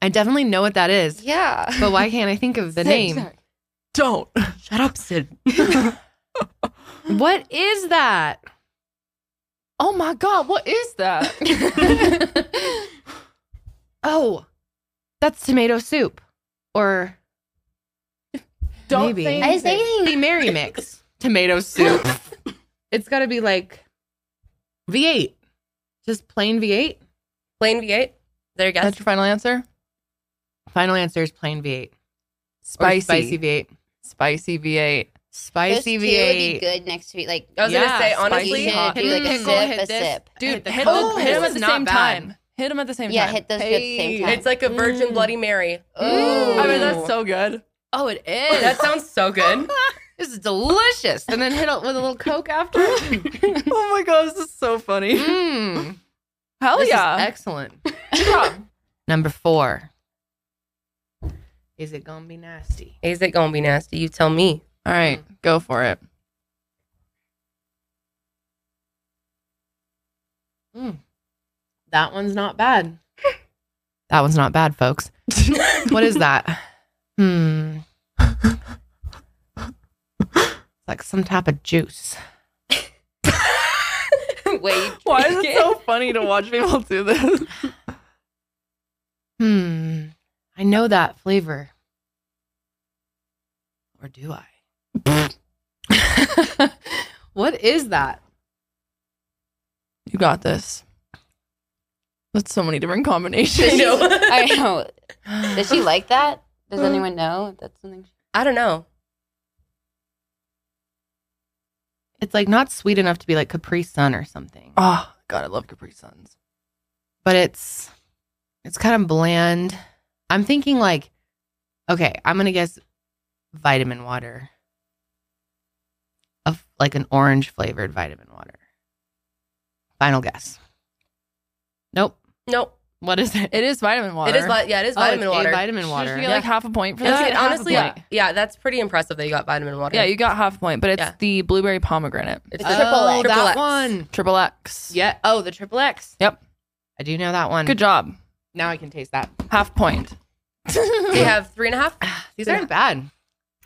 Speaker 1: I definitely know what that is,
Speaker 4: Yeah.
Speaker 1: but why can't I think of the name?
Speaker 2: Don't.
Speaker 3: Shut up, Sid.
Speaker 1: What is that?
Speaker 2: Oh my god. What is that?
Speaker 1: Oh, that's tomato soup, or
Speaker 2: Don't
Speaker 1: Maybe.
Speaker 2: say
Speaker 1: I
Speaker 4: I say
Speaker 2: anything.
Speaker 1: the Mary mix tomato soup. it's got to be like V8, just plain V8.
Speaker 3: Plain V8. There you go.
Speaker 2: That's your final answer.
Speaker 1: Final answer is plain V8 Or
Speaker 2: Spicy.
Speaker 1: spicy V8,
Speaker 2: Spicy V8.
Speaker 4: Those
Speaker 1: spicy
Speaker 4: two would
Speaker 1: V8.
Speaker 4: be good next to eat. Like
Speaker 3: I was
Speaker 1: Yeah,
Speaker 3: gonna say
Speaker 2: spicy
Speaker 3: honestly.
Speaker 4: hot.
Speaker 1: Hit
Speaker 4: Do
Speaker 1: the
Speaker 4: like a
Speaker 1: pickle,
Speaker 4: sip,
Speaker 1: hit
Speaker 4: a
Speaker 1: this.
Speaker 4: sip.
Speaker 1: Dude, the
Speaker 2: hit,
Speaker 1: Coke
Speaker 2: them, hit
Speaker 1: is
Speaker 2: them at the
Speaker 1: not
Speaker 2: same
Speaker 1: bad.
Speaker 2: time. Hit them at the same
Speaker 4: Yeah,
Speaker 2: time.
Speaker 4: hit those two at the same time.
Speaker 3: It's like a Virgin
Speaker 1: Mm.
Speaker 3: Bloody Mary.
Speaker 4: Ooh.
Speaker 2: I mean, that's so good.
Speaker 1: Oh, it is.
Speaker 3: That sounds so good.
Speaker 1: This is delicious. And then hit it with a little Coke after. Mm.
Speaker 2: oh my god, this is so funny.
Speaker 1: Mmm.
Speaker 2: Hell
Speaker 1: this
Speaker 2: yeah.
Speaker 1: is excellent. Number four. Is it gonna be nasty?
Speaker 3: Is it gonna be nasty? You tell me.
Speaker 2: All right, go for it.
Speaker 1: That one's not bad. that one's not bad, folks. what is that? Hmm. It's like some type of juice.
Speaker 4: Wait.
Speaker 2: Why is it so funny to watch people do this?
Speaker 1: Hmm. I know that flavor. Or do I? what is that?
Speaker 2: You got this. That's so many different combinations.
Speaker 4: I know. I know. Does she like that? Does
Speaker 1: Mm.
Speaker 4: anyone know if that's something? She-
Speaker 3: I don't know.
Speaker 1: It's like not sweet enough to be like Capri Sun or something.
Speaker 2: Oh God, I love Capri Suns.
Speaker 1: but it's it's kind of bland. I'm thinking like, okay, I'm gonna guess vitamin water, of like an orange flavored vitamin water. Final guess. Nope.
Speaker 3: Nope.
Speaker 1: What is it?
Speaker 2: It is vitamin water.
Speaker 3: It is. vi- Yeah, it is vitamin
Speaker 1: oh, it's a
Speaker 3: water.
Speaker 1: Vitamin water.
Speaker 2: Should you get like half a point for
Speaker 3: That's
Speaker 2: that?
Speaker 3: good.
Speaker 2: Half a
Speaker 3: Honestly,
Speaker 2: point.
Speaker 3: yeah. that's pretty impressive that you got vitamin water.
Speaker 2: yeah, you got half a point, but it's
Speaker 3: Yeah.
Speaker 2: the blueberry pomegranate.
Speaker 3: It's
Speaker 1: oh,
Speaker 3: the triple X.
Speaker 1: that
Speaker 3: Triple X.
Speaker 1: one.
Speaker 2: Triple X.
Speaker 1: Yeah. Oh, the triple X.
Speaker 2: Yep.
Speaker 1: I do know that one.
Speaker 2: Good job.
Speaker 1: Now I can taste that.
Speaker 2: Half point.
Speaker 3: We have three and a half.
Speaker 1: These aren't bad.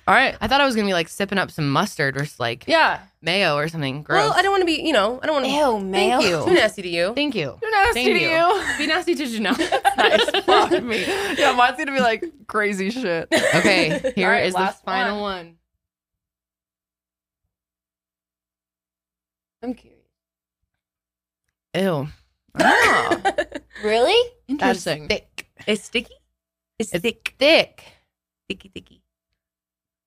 Speaker 2: All right.
Speaker 1: I thought I was gonna be like sipping up some mustard or s- like
Speaker 2: Yeah.
Speaker 1: mayo or something. Gross.
Speaker 3: Well, I don't want to be. You know, I don't want to.
Speaker 4: Ew,
Speaker 1: Thank
Speaker 4: mail.
Speaker 1: you.
Speaker 3: Too nasty to you.
Speaker 1: Thank you.
Speaker 2: You're nasty
Speaker 1: Thank
Speaker 2: to
Speaker 1: you.
Speaker 2: you.
Speaker 1: Be nasty to Janelle.
Speaker 2: nice. Fuck me. Yeah, mine's gonna be like crazy shit.
Speaker 1: Okay, here is
Speaker 2: All right,
Speaker 1: the
Speaker 2: last
Speaker 1: final one.
Speaker 4: I'm curious.
Speaker 1: Ew.
Speaker 4: Really?
Speaker 1: That's thick.
Speaker 3: It's sticky. It's, thick.
Speaker 1: Thick.
Speaker 3: Dicky dicky.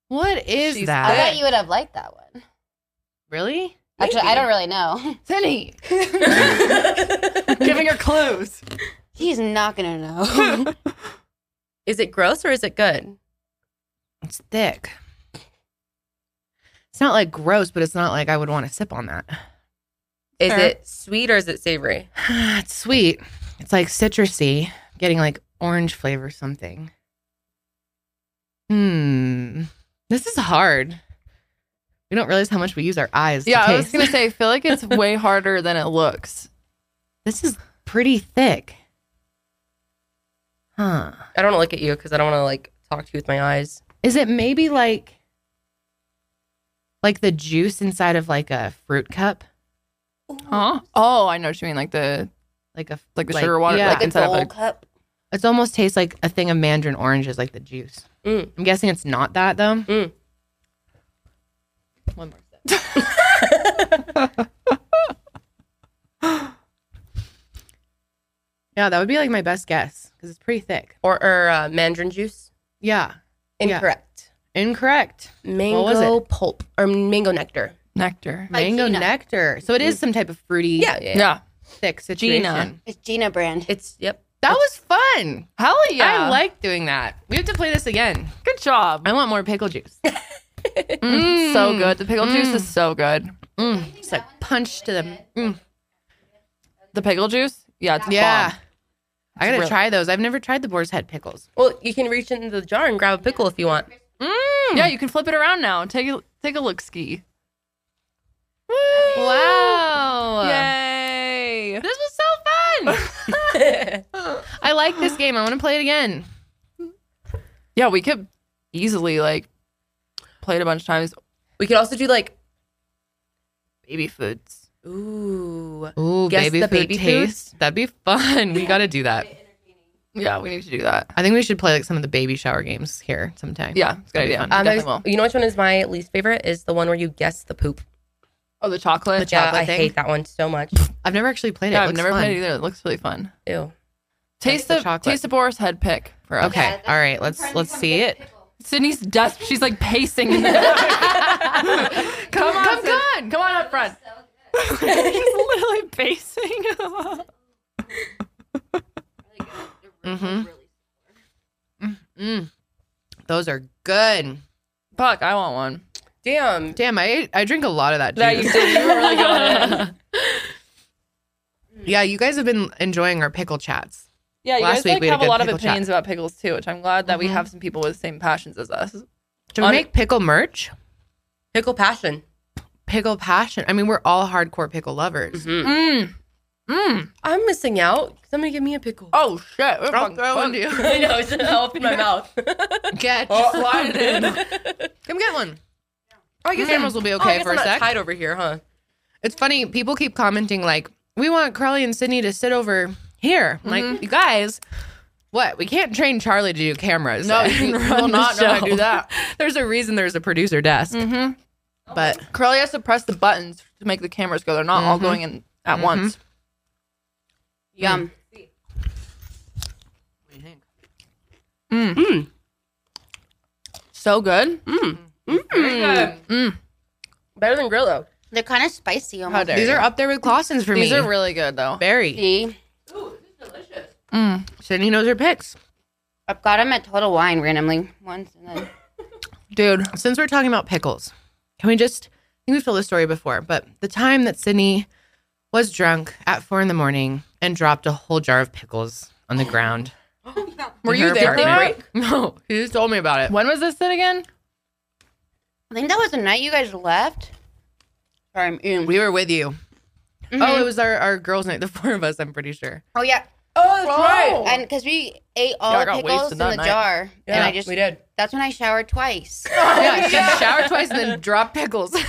Speaker 1: What is
Speaker 2: She's
Speaker 1: that?
Speaker 4: I bet you would have liked that one.
Speaker 1: Really?
Speaker 4: Actually, I don't really know.
Speaker 2: Cindy, giving her clues.
Speaker 4: He's not gonna know.
Speaker 3: is it gross or is it good?
Speaker 1: It's thick. It's not like gross, but it's not like I would want to sip on that.
Speaker 3: Is
Speaker 2: Fair.
Speaker 3: it sweet or is it savory?
Speaker 1: it's sweet. It's like citrusy, getting like orange flavor something. Hmm. This is hard. We don't realize how much we use our eyes.
Speaker 2: Yeah,
Speaker 1: to
Speaker 2: I was
Speaker 1: taste.
Speaker 2: gonna say, I feel like it's way harder than it looks.
Speaker 1: This is pretty thick. Huh.
Speaker 3: I don't want to look at you because I don't want to like talk to you with my eyes.
Speaker 1: Is it maybe like like the juice inside of like a fruit cup?
Speaker 2: Huh? Oh, I know what you mean. Like the
Speaker 1: Like a
Speaker 2: like the
Speaker 1: Like-
Speaker 2: sugar water,
Speaker 1: yeah.
Speaker 2: like
Speaker 4: like a
Speaker 2: inside of
Speaker 4: gold
Speaker 2: a
Speaker 4: cup.
Speaker 1: It's almost tastes like a thing of mandarin oranges, like the juice.
Speaker 3: Mm.
Speaker 1: I'm guessing it's not that though.
Speaker 3: Mm.
Speaker 1: One more sip. yeah, that would be like my best guess because it's pretty thick.
Speaker 3: Or or uh, mandarin juice?
Speaker 1: Yeah, Yeah.
Speaker 3: Incorrect.
Speaker 1: incorrect.
Speaker 3: Mango
Speaker 1: was it?
Speaker 3: pulp or mango nectar.
Speaker 2: nectar.
Speaker 4: Like
Speaker 1: Mango
Speaker 4: Gina.
Speaker 1: nectar. So
Speaker 2: Mm.
Speaker 1: it is some type of fruity,
Speaker 3: Yeah, yeah. yeah.
Speaker 2: Yeah.
Speaker 1: thick situation.
Speaker 2: Gina.
Speaker 4: It's Gina brand.
Speaker 3: It's yep.
Speaker 1: That was fun.
Speaker 2: Hell yeah.
Speaker 1: I like doing that. We have to play this again.
Speaker 2: Good job.
Speaker 1: I want more pickle juice.
Speaker 2: Mm, So good. The pickle juice is so good.
Speaker 1: Mm. It's like punch to the. Mm.
Speaker 2: The pickle juice? Yeah, it's
Speaker 1: Yeah.
Speaker 2: bomb.
Speaker 1: I gotta
Speaker 2: really-
Speaker 1: try those. I've never tried the boar's head pickles.
Speaker 3: Well, you can reach into the jar and grab a pickle if you want.
Speaker 2: Yeah, you can flip it around now. Take a take a look ski.
Speaker 1: Wow.
Speaker 2: Yay.
Speaker 1: This was so fun. I like this game. I want to play it again.
Speaker 2: Yeah, we could easily like play it a bunch of times.
Speaker 3: we could also do like
Speaker 2: Baby foods.
Speaker 3: ooh. Um,
Speaker 1: Ooh,
Speaker 3: Guess
Speaker 1: baby
Speaker 3: the
Speaker 1: food
Speaker 3: baby
Speaker 1: taste. That'd be fun. We gotta do that.
Speaker 2: Yeah, we need to do that.
Speaker 1: I think we should play like some of the baby shower games here sometime.
Speaker 2: Yeah, it's a good
Speaker 1: That'd be
Speaker 2: idea.
Speaker 1: fun.
Speaker 3: Um, I
Speaker 2: Definitely
Speaker 3: was- you know which one is my least favorite is the one where you guess the poop.
Speaker 2: Oh, the chocolate.
Speaker 1: The chocolate
Speaker 3: yeah, I
Speaker 1: thing?
Speaker 3: hate that one so much.
Speaker 1: I've never actually played it.
Speaker 2: Yeah,
Speaker 1: It
Speaker 2: I've
Speaker 1: looks
Speaker 2: never
Speaker 1: fun.
Speaker 2: played it either. It looks really fun.
Speaker 3: Ew.
Speaker 2: Taste
Speaker 1: the
Speaker 2: the,
Speaker 1: chocolate.
Speaker 2: taste the boar's head pick for us.
Speaker 1: Okay. All right. Let's let's see it.
Speaker 2: Sydney's desperate. She's like pacing. In the come on, come, on, come on up front. She's literally pacing.
Speaker 1: Mm-hmm. Mm. Those are good.
Speaker 2: Fuck, I want one.
Speaker 3: Damn.
Speaker 1: Damn, I ate- I drink a lot of that
Speaker 2: That
Speaker 1: juice.
Speaker 2: you did. You were really good at it.
Speaker 1: yeah, you guys have been enjoying our pickle chats.
Speaker 2: Yeah, you
Speaker 1: Last
Speaker 2: guys
Speaker 1: week
Speaker 2: like
Speaker 1: we had a
Speaker 2: have a
Speaker 1: good
Speaker 2: lot of
Speaker 1: pickle chat.
Speaker 2: opinions about pickles too, which I'm glad that we have some people with the same passions as us.
Speaker 1: Should we
Speaker 2: On-
Speaker 1: make pickle merch?
Speaker 3: Pickle passion.
Speaker 1: Pickle passion. I mean, we're all hardcore pickle lovers.
Speaker 2: Mm. Mm.
Speaker 3: I'm missing out. Somebody give me a pickle.
Speaker 2: Oh shit. We're
Speaker 1: I'll
Speaker 2: fucking
Speaker 1: throw one to
Speaker 2: fun.
Speaker 1: you.
Speaker 3: I know, it's I'll open my mouth.
Speaker 1: Get
Speaker 2: Slide it in.
Speaker 1: Come get one. I guess
Speaker 2: Mm.
Speaker 1: animals will be
Speaker 3: Oh, I
Speaker 1: okay
Speaker 3: guess
Speaker 1: for
Speaker 3: I'm
Speaker 1: a
Speaker 3: not
Speaker 1: sec.
Speaker 3: tied over here, huh?
Speaker 1: It's funny. People keep commenting like, "We want Carly and Sydney to sit over here." I'm Like, you guys, what? We can't train Charlie to do cameras.
Speaker 2: No,
Speaker 1: and
Speaker 2: you will
Speaker 1: run the
Speaker 2: not know how to
Speaker 1: show.
Speaker 2: do that.
Speaker 1: there's a reason. There's a producer desk. But Mm-hmm.
Speaker 2: Curly has to press the buttons to make the cameras go. They're not all going in at once.
Speaker 4: Yum.
Speaker 2: Mm.
Speaker 1: Mm.
Speaker 2: So good.
Speaker 1: Mm.
Speaker 2: Mm.
Speaker 3: Better than Grillo.
Speaker 4: They're kind of spicy almost.
Speaker 1: these are up there with Clausen's for
Speaker 2: These
Speaker 1: me.
Speaker 2: are really good though.
Speaker 1: Very.
Speaker 4: See?
Speaker 1: Sydney knows her picks.
Speaker 4: I've got them at Total Wine randomly once and then
Speaker 2: Dude.
Speaker 1: Since we're talking about pickles, can we just? I think we've told this story before, but the time that Sydney was drunk at four in the morning and dropped a whole jar of pickles on the ground.
Speaker 2: Were
Speaker 1: in
Speaker 2: you
Speaker 1: her
Speaker 2: there for
Speaker 1: apartment.
Speaker 2: that?
Speaker 1: No, he just told me about it.
Speaker 2: When was this sit again?
Speaker 4: I think that was the night you guys left. Sorry, I'm eating.
Speaker 1: We were with you.
Speaker 2: Mm-hmm.
Speaker 1: Oh, it was our, our girls' night, the four of us, I'm pretty sure.
Speaker 4: oh yeah.
Speaker 3: Oh, that's right.
Speaker 4: And because we ate all
Speaker 2: Yeah, I
Speaker 4: the
Speaker 2: got
Speaker 4: pickles
Speaker 2: wasted
Speaker 4: in
Speaker 2: that
Speaker 4: the
Speaker 2: night.
Speaker 4: jar. and I just
Speaker 3: we did.
Speaker 4: that's when I showered twice.
Speaker 1: yeah, she showered twice and then dropped pickles.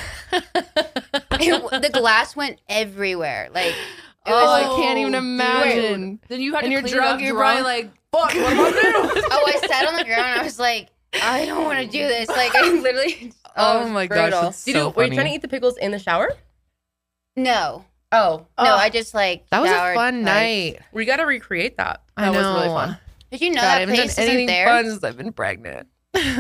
Speaker 1: Oh,
Speaker 4: It- the glass went everywhere. Like it
Speaker 1: Oh,
Speaker 4: was
Speaker 1: I
Speaker 4: like,
Speaker 1: can't even imagine.
Speaker 2: Then you had
Speaker 1: And
Speaker 2: to
Speaker 1: you're
Speaker 2: clean
Speaker 1: drunk,
Speaker 2: Up
Speaker 1: you're
Speaker 2: drunk.
Speaker 1: probably
Speaker 2: like, fuck, what am I doing?
Speaker 4: oh, I sat on the ground and I was like, I don't want to do this. Like I literally Oh,
Speaker 1: Oh
Speaker 4: it was
Speaker 1: my
Speaker 4: brutal.
Speaker 1: gosh, that's
Speaker 3: Did
Speaker 1: so
Speaker 3: you, were you
Speaker 1: funny.
Speaker 3: trying to eat the pickles in the shower?
Speaker 4: No.
Speaker 3: Oh.
Speaker 4: No, I just like
Speaker 1: that was a
Speaker 4: showered
Speaker 1: fun
Speaker 4: twice.
Speaker 1: night.
Speaker 3: We gotta recreate that.
Speaker 1: I
Speaker 2: That was
Speaker 1: know.
Speaker 2: really fun.
Speaker 4: Did you know
Speaker 1: God, I
Speaker 4: that
Speaker 1: haven't done
Speaker 4: place isn't
Speaker 1: anything
Speaker 4: there?
Speaker 1: fun since I've been pregnant.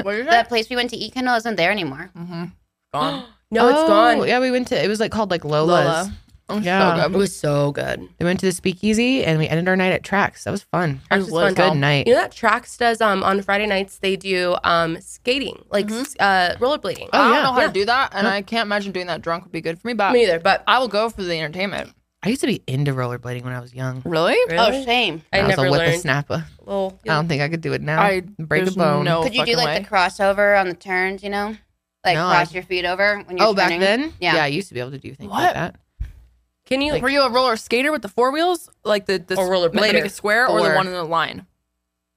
Speaker 2: What is
Speaker 4: That place we went to eat Kendall isn't there anymore.
Speaker 2: Mm-hmm. Gone.
Speaker 3: No, it's
Speaker 1: Oh,
Speaker 3: gone.
Speaker 1: Yeah, we went to. It was like called like Lola's.
Speaker 2: Lola. Oh,
Speaker 1: Yeah.
Speaker 2: So
Speaker 3: It
Speaker 2: good.
Speaker 3: was so good.
Speaker 1: We went to the Speakeasy and we ended our night at Tracks. That was fun.
Speaker 3: Trax was fun.
Speaker 1: Good night.
Speaker 3: You know that Trax does um on Friday nights they do um skating like
Speaker 2: Mhm.
Speaker 3: s uh rollerblading.
Speaker 1: Oh,
Speaker 2: I don't
Speaker 1: yeah.
Speaker 2: know how
Speaker 3: Yeah.
Speaker 2: to do that, and
Speaker 1: No.
Speaker 2: I can't imagine doing that drunk would be good for me. But
Speaker 3: Me either, but
Speaker 2: I will go for the entertainment.
Speaker 1: I used to be into rollerblading when I was young.
Speaker 2: Really?
Speaker 4: Oh, shame.
Speaker 3: I,
Speaker 1: I, was
Speaker 3: never
Speaker 1: a
Speaker 3: learned.
Speaker 1: whippersnapper.
Speaker 3: Well,
Speaker 1: I don't think I could do it now.
Speaker 2: I
Speaker 1: break a
Speaker 2: there's
Speaker 1: bone.
Speaker 2: No
Speaker 4: Could you do
Speaker 2: fucking
Speaker 4: like
Speaker 2: way.
Speaker 4: the crossover on the turns? You know, like
Speaker 1: No, I-
Speaker 4: cross your feet over when you're
Speaker 1: oh, back
Speaker 4: turning?
Speaker 1: then?
Speaker 4: Yeah.
Speaker 1: I used to be able to do things
Speaker 2: What?
Speaker 1: like that.
Speaker 3: can you?
Speaker 2: Were you a roller skater with the four wheels, like the the
Speaker 3: Or roller
Speaker 2: make- make
Speaker 3: blader.
Speaker 2: a square, or the
Speaker 3: Or-
Speaker 2: one in the line?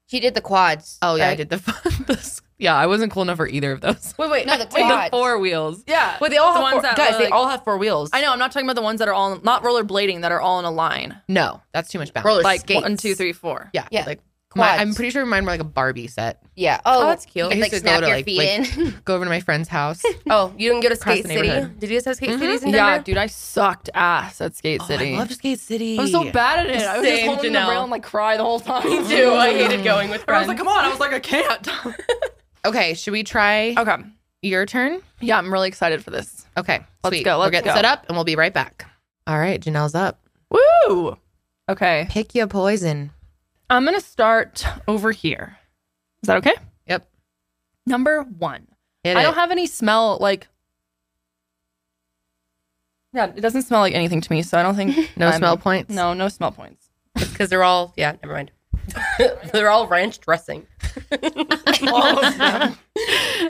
Speaker 4: She did the quads.
Speaker 1: Oh, yeah, I
Speaker 4: right?
Speaker 1: did the, the. Yeah, I wasn't cool enough for either of those.
Speaker 3: wait, wait,
Speaker 4: No, the
Speaker 1: Wait, the
Speaker 4: quads.
Speaker 1: four wheels.
Speaker 2: Yeah.
Speaker 3: Wait, they all
Speaker 2: The
Speaker 3: have
Speaker 2: ones
Speaker 3: four,
Speaker 2: that
Speaker 3: guys.
Speaker 2: were,
Speaker 3: they
Speaker 2: like-
Speaker 3: all have four wheels.
Speaker 2: I know. I'm not talking about the ones that are all not rollerblading that are all in a line.
Speaker 1: No, that's too much balance.
Speaker 3: Roller
Speaker 2: Like
Speaker 3: skates.
Speaker 2: one, two, three, four.
Speaker 1: yeah,
Speaker 4: Yeah.
Speaker 1: like my, I'm
Speaker 4: Quads.
Speaker 1: pretty sure mine were like a Barbie set.
Speaker 4: Yeah. Oh,
Speaker 3: that's cute.
Speaker 4: you
Speaker 1: I used
Speaker 4: could, like
Speaker 1: to go
Speaker 4: snap
Speaker 1: to,
Speaker 4: your
Speaker 1: like-
Speaker 4: feet in.
Speaker 1: Go over to my friend's house.
Speaker 3: Oh, you didn't go to
Speaker 1: Across
Speaker 3: Skate
Speaker 1: the
Speaker 3: City?
Speaker 1: neighborhood.
Speaker 3: Did you guys have Skate
Speaker 1: Mhm.
Speaker 3: Cities in
Speaker 2: Mm-hmm. Yeah,
Speaker 3: Denver?
Speaker 2: dude, I sucked ass at Skate City.
Speaker 1: Oh, I love Skate City.
Speaker 2: I'm so bad at it. I was
Speaker 3: Same,
Speaker 2: just holding the
Speaker 3: Janelle.
Speaker 2: rail and like cry the whole time.
Speaker 3: Me too. I hated going with
Speaker 2: I was
Speaker 3: friends.
Speaker 2: like, come on. I was like, I can't.
Speaker 1: Okay, should we try
Speaker 2: okay.
Speaker 1: your turn?
Speaker 2: Yeah, I'm really excited for this.
Speaker 1: Okay,
Speaker 2: Let's
Speaker 1: sweet.
Speaker 2: go,
Speaker 1: we'll
Speaker 2: let's
Speaker 1: get
Speaker 2: go.
Speaker 1: set up and we'll be right back. All right, Janelle's up.
Speaker 2: Woo. Okay.
Speaker 1: Pick your poison.
Speaker 2: I'm going to start over here. Is that okay?
Speaker 1: Yep.
Speaker 2: Number one.
Speaker 1: Hit
Speaker 2: I
Speaker 1: it.
Speaker 2: don't have any smell like. Yeah, it doesn't smell like anything to me, so I don't think
Speaker 1: no
Speaker 2: I'm-
Speaker 1: smell points.
Speaker 2: No, no smell points.
Speaker 3: because they're all yeah. Never mind. they're all ranch dressing.
Speaker 2: All of them.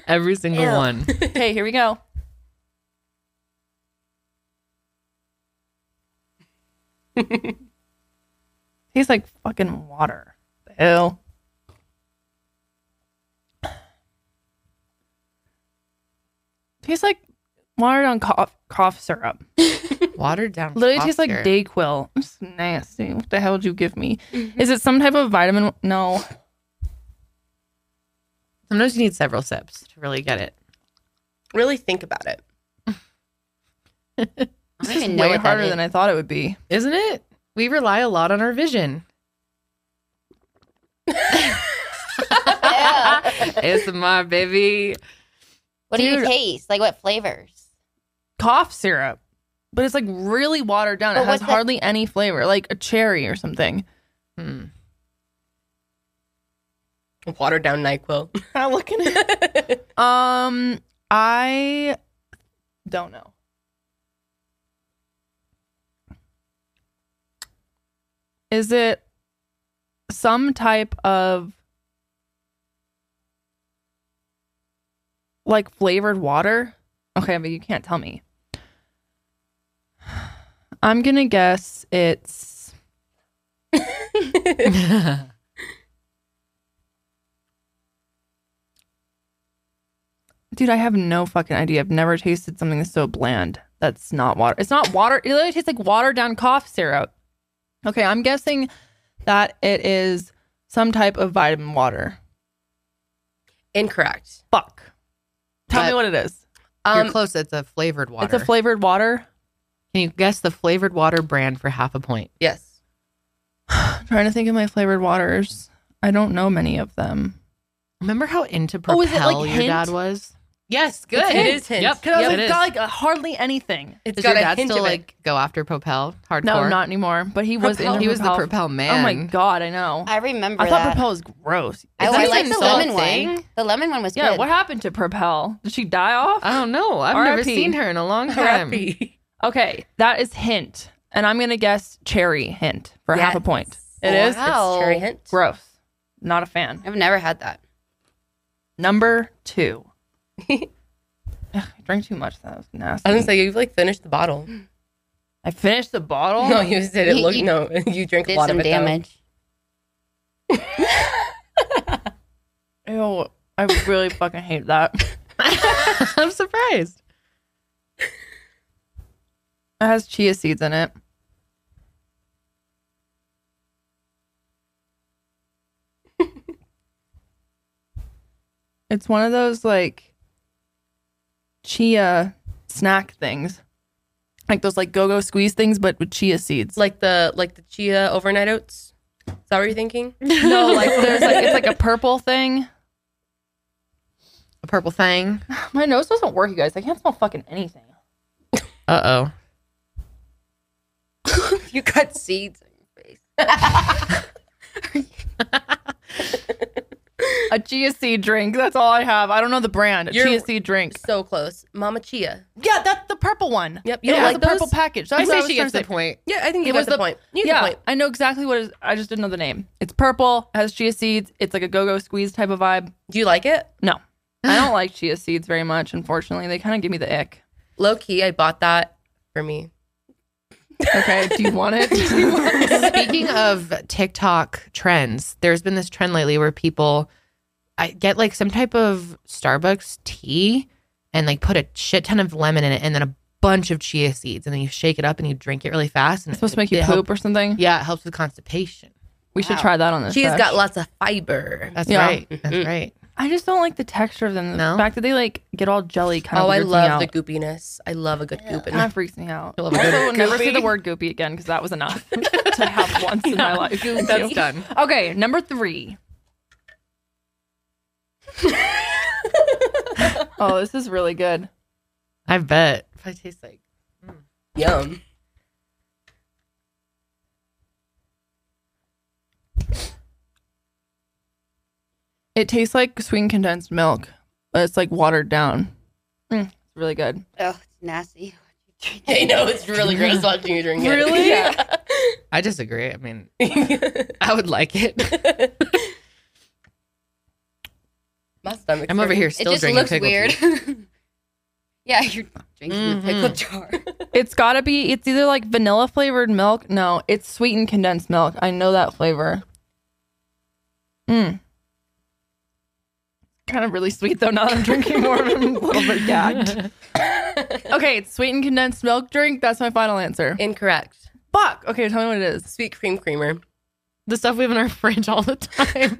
Speaker 1: Every single
Speaker 3: Ew.
Speaker 1: one.
Speaker 2: okay, here we go. Tastes like fucking water. Ew. Tastes like water on cough cough syrup.
Speaker 1: Watered down.
Speaker 2: Literally tastes like
Speaker 1: Foster.
Speaker 2: Dayquil. It's nasty. What the hell would you give me?
Speaker 4: Mm-hmm.
Speaker 2: Is it some type of vitamin? No.
Speaker 1: Sometimes you need several sips to really get it.
Speaker 3: Really think about it.
Speaker 4: I don't
Speaker 2: This is
Speaker 4: even know
Speaker 2: way
Speaker 4: what that
Speaker 2: harder
Speaker 4: is.
Speaker 2: than I thought it would be.
Speaker 1: Isn't it? We rely a lot on our vision. it's my baby.
Speaker 4: What do you
Speaker 1: Dude.
Speaker 4: taste? Like what flavors?
Speaker 2: Cough syrup, but it's like really watered down.
Speaker 4: But
Speaker 2: It has
Speaker 4: what's that-
Speaker 2: hardly any flavor, like a cherry or something.
Speaker 1: Hmm.
Speaker 3: Watered down Nyquil.
Speaker 2: Not looking at it. Um, I don't know. Is it some type of like flavored water? Okay, but you can't tell me. I'm gonna guess it's Dude, I have no fucking idea. I've never tasted something that's so bland. That's not water. It's not water. It literally tastes like watered down cough syrup. Okay, I'm guessing that it is some type of vitamin water.
Speaker 3: Incorrect.
Speaker 2: Fuck. Tell me
Speaker 1: But-
Speaker 2: what it is.
Speaker 1: You're
Speaker 3: Um,
Speaker 1: close. It's a flavored water.
Speaker 2: It's a flavored water.
Speaker 1: Can you guess the flavored water brand for half a point?
Speaker 3: yes.
Speaker 2: I'm trying to think of my flavored waters. I don't know many of them.
Speaker 1: Remember how into Propel
Speaker 2: Oh, is it like
Speaker 1: your
Speaker 2: Hint?
Speaker 1: dad was? Yes, good.
Speaker 3: It's Hint. It is Hint.
Speaker 1: Yep,
Speaker 3: Because I was
Speaker 1: yep,
Speaker 3: like,
Speaker 1: it is.
Speaker 2: like hardly anything.
Speaker 3: It's
Speaker 1: Does
Speaker 3: got
Speaker 1: your
Speaker 3: a
Speaker 1: dad
Speaker 3: hint
Speaker 1: still
Speaker 3: of it.
Speaker 1: like go after Propel hardcore?
Speaker 2: No, not anymore. But he was in
Speaker 1: Propel. He was the Propel man.
Speaker 2: Oh my god, I know. I,
Speaker 4: I remember
Speaker 2: thought
Speaker 4: that.
Speaker 2: Propel was gross.
Speaker 4: I,
Speaker 1: Is
Speaker 4: I
Speaker 1: that
Speaker 4: like
Speaker 1: an
Speaker 4: the
Speaker 1: insult
Speaker 4: lemon one.
Speaker 1: thing?
Speaker 4: The lemon one was
Speaker 2: yeah,
Speaker 4: good.
Speaker 2: what happened to Propel? Did she die off?
Speaker 3: Uh,
Speaker 1: I don't know. I've never
Speaker 2: RIP.
Speaker 1: seen her in a long time.
Speaker 3: Crappy.
Speaker 2: Okay, that is hint, and I'm gonna guess cherry hint for half a
Speaker 3: Yes.
Speaker 2: point. It is
Speaker 4: Wow.
Speaker 3: It's cherry hint.
Speaker 2: gross. Not a fan.
Speaker 4: I've never had that.
Speaker 2: Number two. Ugh, I drank too much. That was nasty.
Speaker 3: I was gonna say you've like finished the bottle.
Speaker 2: I finished the bottle.
Speaker 3: No, you just did it.
Speaker 4: You-
Speaker 3: Look,
Speaker 4: you
Speaker 3: no, you drank a
Speaker 4: Did
Speaker 3: lot
Speaker 4: some
Speaker 3: of it. though.
Speaker 4: damage.
Speaker 2: Ew, I really fucking hate that.
Speaker 1: I'm surprised.
Speaker 2: It has chia seeds in it. it's one of those like chia snack things. Like those like go-go squeeze things but with chia seeds.
Speaker 3: Like the like the chia overnight oats. Is that what you're thinking?
Speaker 2: no, like there's like it's like a purple thing.
Speaker 1: a purple thing.
Speaker 2: My nose doesn't work, you guys. I can't smell fucking anything.
Speaker 1: Uh oh.
Speaker 4: you got seeds on your face.
Speaker 2: A chia seed drink. That's all I have. I don't know the brand. A
Speaker 3: You're-
Speaker 2: chia seed drink.
Speaker 3: So close. Mama Chia.
Speaker 2: Yeah, that's the purple one.
Speaker 3: Yep. You
Speaker 2: Yeah,
Speaker 3: don't like
Speaker 2: the
Speaker 3: those?
Speaker 2: purple package. That's
Speaker 1: I
Speaker 2: what
Speaker 1: say
Speaker 2: was
Speaker 1: she
Speaker 2: trying
Speaker 1: gets
Speaker 2: to
Speaker 1: the
Speaker 2: say.
Speaker 1: point.
Speaker 3: Yeah, I think you
Speaker 2: It
Speaker 3: got
Speaker 2: was
Speaker 3: the,
Speaker 2: the-
Speaker 3: point. You get
Speaker 2: yeah,
Speaker 3: the point.
Speaker 2: I know exactly what it is. I just didn't know the name. It's purple, has chia seeds. It's like a go-go squeeze type of vibe.
Speaker 3: Do you like it?
Speaker 2: No, I don't like chia seeds very much. Unfortunately, they kind of give me the ick.
Speaker 3: Low key, I bought that for me.
Speaker 2: Okay, do you want it?
Speaker 1: Speaking of TikTok trends, there's been this trend lately where people I get like some type of Starbucks tea and like put a shit ton of lemon in it and then a bunch of chia seeds and then you shake it up and you drink it really fast and
Speaker 2: supposed to make you
Speaker 1: it help-
Speaker 2: poop or something.
Speaker 1: yeah, it helps with constipation.
Speaker 2: We should try that on this.
Speaker 3: Chia's
Speaker 2: Fresh.
Speaker 3: got lots of fiber.
Speaker 1: That's
Speaker 2: Yeah.
Speaker 1: right. That's right.
Speaker 2: I just don't like the texture of them. The
Speaker 1: No?
Speaker 2: fact that they like get all jelly kind of.
Speaker 3: Oh, I
Speaker 2: weirds me
Speaker 3: love the
Speaker 2: out.
Speaker 3: goopiness. I love a good
Speaker 2: Kind
Speaker 3: goopiness.
Speaker 2: of freaks me out.
Speaker 1: love a good
Speaker 2: Also, we'll never say
Speaker 4: goopy.
Speaker 2: the word goopy again because that was enough to have once in my life. That's
Speaker 1: done.
Speaker 2: Okay, number three. oh, this is really good.
Speaker 1: I bet. If I taste like
Speaker 3: Yum.
Speaker 2: It tastes like sweetened condensed milk, but it's like watered down. Mm, it's really good.
Speaker 4: Oh, it's nasty.
Speaker 3: I know it's really gross watching you drink it.
Speaker 2: Really?
Speaker 3: Yeah.
Speaker 1: I disagree. I mean, I would like it.
Speaker 3: My stomach.
Speaker 1: I'm over here still
Speaker 4: it just
Speaker 1: drinking
Speaker 4: looks
Speaker 1: pickle
Speaker 4: weird.
Speaker 1: juice.
Speaker 4: yeah, you're drinking
Speaker 1: Mhm.
Speaker 3: Mm-hmm.
Speaker 4: the pickle jar.
Speaker 2: It's gotta be. It's either like vanilla flavored milk. No, it's sweetened condensed milk. I know that flavor. Mm. Kind of really sweet though. Now that I'm drinking more of it, I'm a little bit gagged. okay, it's sweetened condensed milk drink. That's my final answer.
Speaker 3: Incorrect.
Speaker 2: Fuck. Okay, tell me what it is.
Speaker 3: Sweet cream creamer.
Speaker 1: The stuff we have in our fridge all the time.